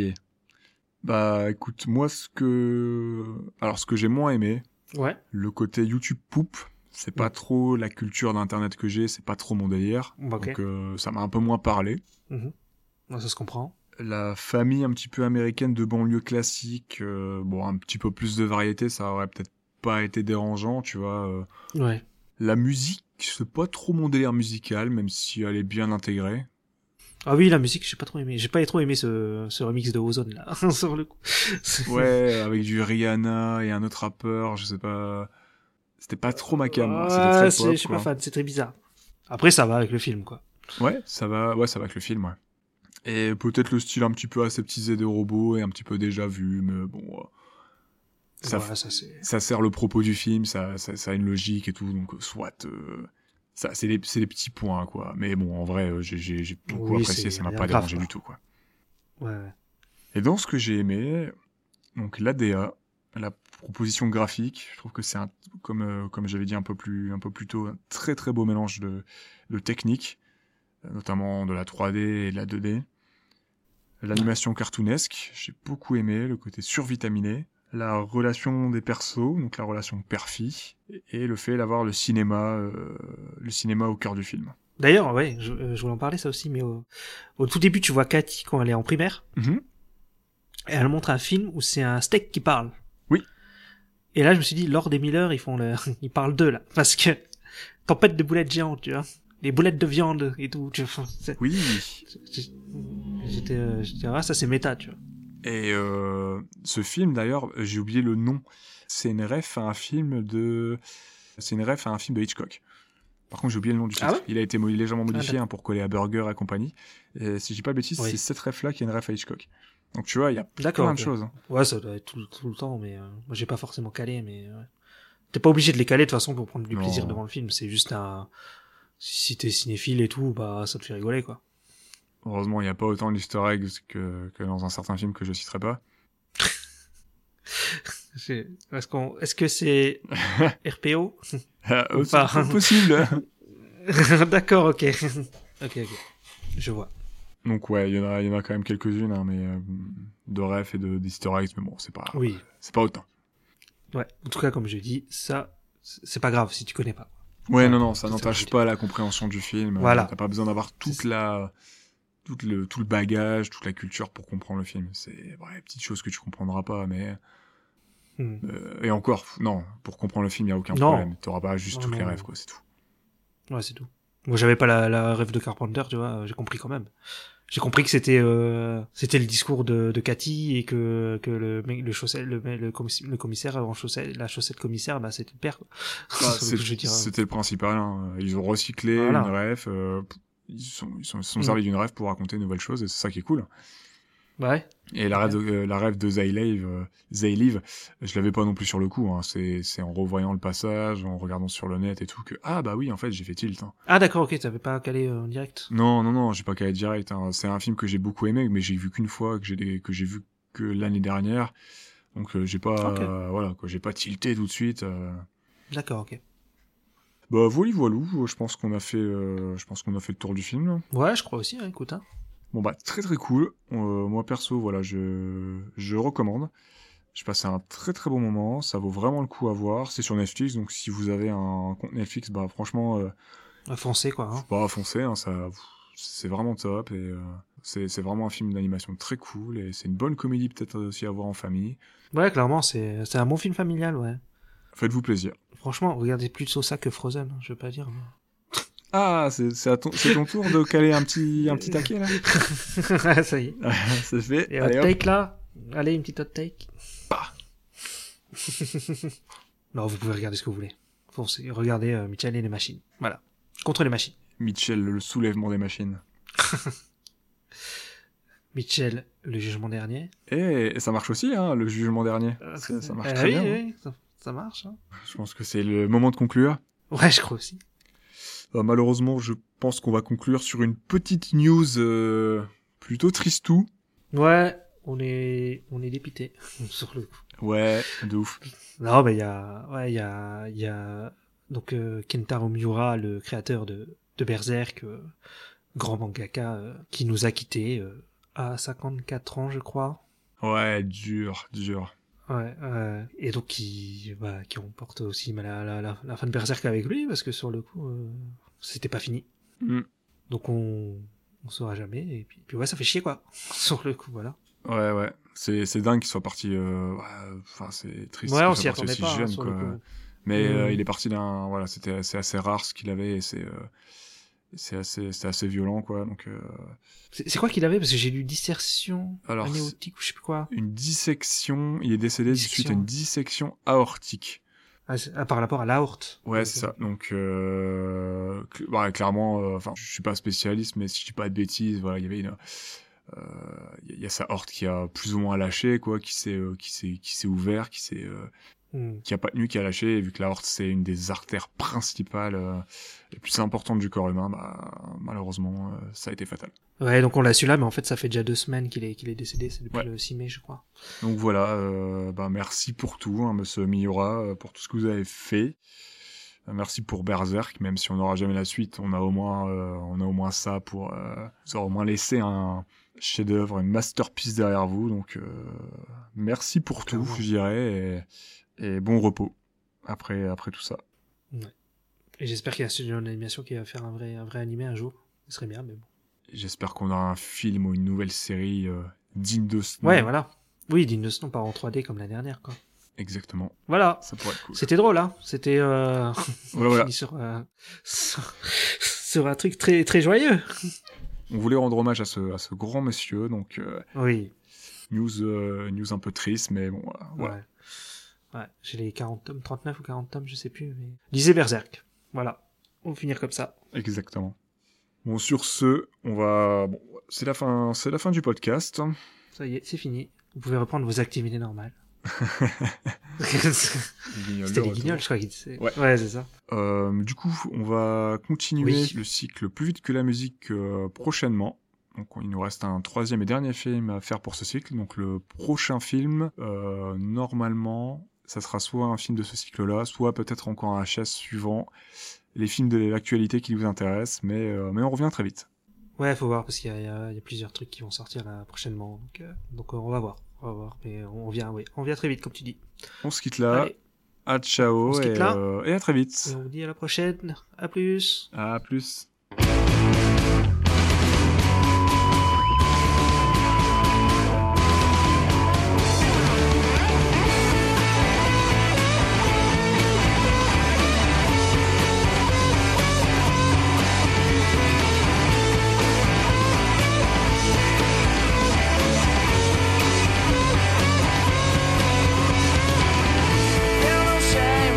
Bah, écoute, moi, ce que, alors, ce que j'ai moins aimé, Ouais. le côté YouTube poupe, c'est pas trop la culture d'internet que j'ai, c'est pas trop mon délire. Ok. Donc euh, ça m'a un peu moins parlé. Ouais, ça se comprend. La famille un petit peu américaine de banlieue classique, euh, bon un petit peu plus de variété, ça aurait peut-être pas été dérangeant, tu vois. euh. Ouais. La musique, c'est pas trop mon délire musical, même si elle est bien intégrée. Ah oui, la musique, j'ai pas trop aimé. J'ai pas trop aimé ce, ce remix de Ozone, là, sur le coup. Ouais, avec du Rihanna et un autre rappeur, je sais pas. C'était pas trop ma cam. hein. Ouais, C'était très c'est- pop, je suis pas quoi. fan, c'est très bizarre. Après, ça va avec le film, quoi. Ouais, ça va, ouais, ça va avec le film, ouais. Et peut-être le style un petit peu aseptisé des robots et un petit peu déjà vu, mais bon. euh, Ça, Ouais, ça, c'est... ça sert le propos du film, ça, ça, ça a une logique et tout, donc euh, soit. euh, ça, c'est les, c'est les petits points, quoi. Mais bon, en vrai, euh, j'ai- j'ai j'ai beaucoup Oui, apprécié, c'est ça m'a rien pas de grave, dérangé quoi. du tout, quoi. Ouais, ouais. Et dans ce que j'ai aimé, donc l'ADA, la proposition graphique, je trouve que c'est un, comme euh, comme j'avais dit un peu plus un peu plus tôt, un très très beau mélange de de techniques, euh, notamment de la 3D et de la 2D. L'animation cartoonesque, j'ai beaucoup aimé le côté survitaminé, la relation des persos, donc la relation père-fille, et- et le fait d'avoir le cinéma, euh, le cinéma au cœur du film. D'ailleurs, ouais, je, euh, je voulais en parler, ça aussi, mais au, au tout début, tu vois Cathy quand elle est en primaire, Mhm. et elle montre un film où c'est un steak qui parle. Oui. Et là, je me suis dit, Lord et Miller, ils font le, ils parlent d'eux, là. Parce que, tempête de boulettes géantes, tu vois. Les boulettes de viande et tout, tu vois. C'est- Oui, c'est- J'étais, euh, j'étais, ah, ça c'est méta, tu vois. Et euh, ce film, d'ailleurs, j'ai oublié le nom. C'est une ref à un film de. C'est une ref à un film de Hitchcock. Par contre, j'ai oublié le nom du titre. Ah ouais il a été mo- légèrement modifié d'accord. hein, pour coller à Burger et compagnie. Et si je dis pas de bêtises, Oui. c'est cette ref-là qui est une ref à Hitchcock. Donc tu vois, il y a D'accord. plein ok. de choses. hein. Ouais, ça doit être tout, tout le temps, mais euh, moi j'ai pas forcément calé, mais ouais. t'es pas obligé de les caler de toute façon pour prendre du Non. plaisir devant le film. C'est juste un, si t'es cinéphile et tout, bah ça te fait rigoler quoi. Heureusement, il n'y a pas autant d'easter eggs que, que dans un certain film que je citerai pas. C'est- Parce qu'on, est-ce que c'est RPO Ah, euh, Pas. c'est possible. D'accord, ok. ok, ok. Je vois. Donc ouais, il y en a, il y en a quand même quelques-unes, hein, mais euh, de ref et de d'easter eggs, mais bon, c'est pas, Oui. c'est pas autant. Ouais. En tout cas, comme je dis, ça, c'est pas grave si tu connais pas. Ouais, Ouais, non, non, ça c'est ça, je n'entache dis. pas la compréhension du film. Euh, Voilà. T'as pas besoin d'avoir toute C'est- la, toute le, tout le bagage, toute la culture pour comprendre le film. C'est vrai, petite chose que tu comprendras pas, mais Hmm. euh, et encore, pff, non, pour comprendre le film, il y a aucun Non. problème. T'auras pas juste Non, toutes les non, rêves, non. quoi, c'est tout. Ouais, c'est tout. Moi, j'avais pas la, la rêve de Carpenter, tu vois. J'ai compris quand même. J'ai compris que c'était euh, c'était le discours de, de Cathy et que que le mec- le chaussette le, mec- le, commissaire, le commissaire en chaussette la chaussette commissaire bah c'était le père. quoi. C'est ce que C'est- je veux dire. C'était le principal. hein. Ils ont recyclé Voilà. une ref. euh, ils sont, ils sont, ils sont Mm. servis d'une ref pour raconter de nouvelles choses, et c'est ça qui est cool. euh, Ouais. Et la rêve de, euh, la rêve de Zaylive, euh, Zaylive, je l'avais pas non plus sur le coup. Hein. C'est c'est en revoyant le passage, en regardant sur le net et tout que ah bah oui en fait j'ai fait tilt. hein. Ah d'accord, ok. T'avais pas calé euh, en direct. Non non non, j'ai pas calé direct. hein. C'est un film que j'ai beaucoup aimé, mais j'ai vu qu'une fois, que j'ai des- que j'ai vu que l'année dernière. Donc euh, j'ai pas Ok. euh, voilà quoi, j'ai pas tilté tout de suite. euh. D'accord, ok. Bah voilà voilou, je pense qu'on a fait euh, je pense qu'on a fait le tour du film. là. Ouais, je crois aussi. hein, écoute. Hein. Bon bah très très cool. Euh, moi perso voilà je je recommande. Je passais un très très bon moment. Ça vaut vraiment le coup à voir. C'est sur Netflix donc si vous avez un compte Netflix bah franchement euh, Un Français quoi. Hein. faut pas foncer. Hein, ça c'est vraiment top et euh, c'est c'est vraiment un film d'animation très cool et c'est une bonne comédie peut-être aussi à voir en famille. Ouais, clairement, c'est c'est un bon film familial, ouais. Faites-vous plaisir. Franchement, regardez plus de Sosa que Frozen, hein, je veux pas dire. mais- Ah c'est c'est à ton c'est ton tour de caler un petit un petit taquet là. Ça y est. c'est fait. Et hot Allez, hop. take là Allez, une petite hot take. Bah. non, vous pouvez regarder ce que vous voulez. Foncez, regardez euh, Mitchell et les machines. Voilà. Contre les machines. Mitchell le soulèvement des machines. Mitchell, le jugement dernier. Et, et ça marche aussi hein, le jugement dernier. Euh, Ça, ça marche euh, très oui, bien. hein. oui, ça, ça marche. hein. Je pense que c'est le moment de conclure. Ouais, je crois aussi. Euh, malheureusement, je pense qu'on va conclure sur une petite news euh, plutôt tristou. Ouais, on est, on est dépité sur le coup. Ouais, de ouf. Non, mais il y a, ouais, il y a, il y a donc euh, Kentaro Miura, le créateur de, de Berserk, euh, grand mangaka, euh, qui nous a quittés euh, à 54 ans, je crois. Ouais, dur, dur. Ouais, ouais. et donc qui, bah, qui remporte aussi mais la, la, la, la fin de Berserk avec lui, parce que sur le coup, euh, c'était pas fini. Mm. Donc on, on saura jamais, et puis, puis ouais, ça fait chier quoi, sur le coup, voilà. Ouais, ouais. C'est, c'est dingue qu'il soit parti. euh, ouais, Enfin, c'est triste. ouais, qu'il soit on s'y parti attendait aussi pas, hein, jeune, sur quoi. le coup. Mais euh, Mm. il est parti d'un. Voilà, c'était c'est assez rare ce qu'il avait et c'est. euh, c'est assez, c'est assez violent, quoi. Donc, euh, C'est c'est quoi qu'il avait Parce que j'ai lu dissertion Alors, amnéotique ou je sais plus quoi. une dissection. Il est décédé Dissection. suite à une dissection aortique. Ah, c'est- ah, par rapport à l'aorte. Ouais, c'est ça. Donc, euh, cl- bah, clairement, euh, enfin, je suis pas spécialiste, mais si je dis pas de bêtises, voilà, il y avait une, euh, il y a- il y a sa horte qui a plus ou moins lâché, quoi, qui s'est, euh, qui s'est, qui s'est ouvert, qui s'est, euh, Hmm. qui a pas tenu, qui a lâché. Et vu que la horte c'est une des artères principales, euh, les plus importantes du corps humain, bah, malheureusement, euh, ça a été fatal. Ouais, donc on l'a su là, mais en fait, ça fait déjà deux semaines qu'il est, qu'il est décédé. C'est depuis Ouais. le 6 mai, je crois. Donc voilà, euh, bah, merci pour tout, hein, Monsieur Miura, euh, pour tout ce que vous avez fait. Euh, Merci pour Berserk, même si on n'aura jamais la suite, on a au moins, euh, on a au moins ça pour, euh, vous aurez au moins laissé un chef-d'œuvre, une masterpiece derrière vous. Donc euh, merci pour tout, Clairement. je dirais, et, et bon repos après après tout ça. Et j'espère qu'il y a un studio d'animation qui va faire un vrai, un vrai animé un jour. Ce serait bien, mais bon. J'espère qu'on aura un film ou une nouvelle série euh, digne de ce nom. Ouais, voilà. Oui, digne de ce nom, pas en 3D comme la dernière, quoi. Exactement, Voilà. ça pourrait être cool. C'était drôle, hein. C'était, euh, Voilà, Ben voilà. fini sur, euh, sur, sur un truc très, très joyeux. On voulait rendre hommage à ce, à ce grand monsieur, donc. euh, Oui. news, euh, news un peu triste, mais bon, euh, voilà. Ouais. Ouais. J'ai les 40 tomes, 39 ou 40 tomes, je sais plus, mais. Lisez Berserk. Voilà. On va finir comme ça. Exactement. Bon, sur ce, on va. Bon, c'est la fin, c'est la fin du podcast. hein. Ça y est, c'est fini. Vous pouvez reprendre vos activités normales. C'était les guignols, je crois qu'ils disaient. Ouais. c'est ça. Euh, du coup, on va continuer Oui. le cycle plus vite que la musique euh, prochainement. Donc il nous reste un troisième et dernier film à faire pour ce cycle. Donc le prochain film, euh, normalement, ça sera soit un film de ce cycle-là, soit peut-être encore un HS suivant les films de l'actualité qui vous intéressent, mais, euh, mais on revient très vite. Ouais, faut voir parce qu'il y, a- il y a il y a plusieurs trucs qui vont sortir là prochainement. Donc, euh, donc, euh, on va voir, on va voir. Mais on vient, oui, on vient très vite comme tu dis. On se quitte là, Allez, à on ciao se quitte et, là. euh, et à très et vite. on vous dit à la prochaine. À plus. À plus. Shame,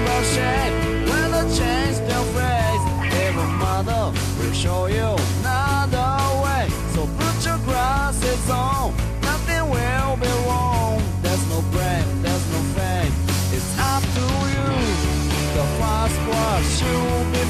no shame, weather change, no phrase. Every mother will show you another way. So put your glasses on, nothing will be wrong. There's no blame, there's no fame, it's up to you. The fast was, you be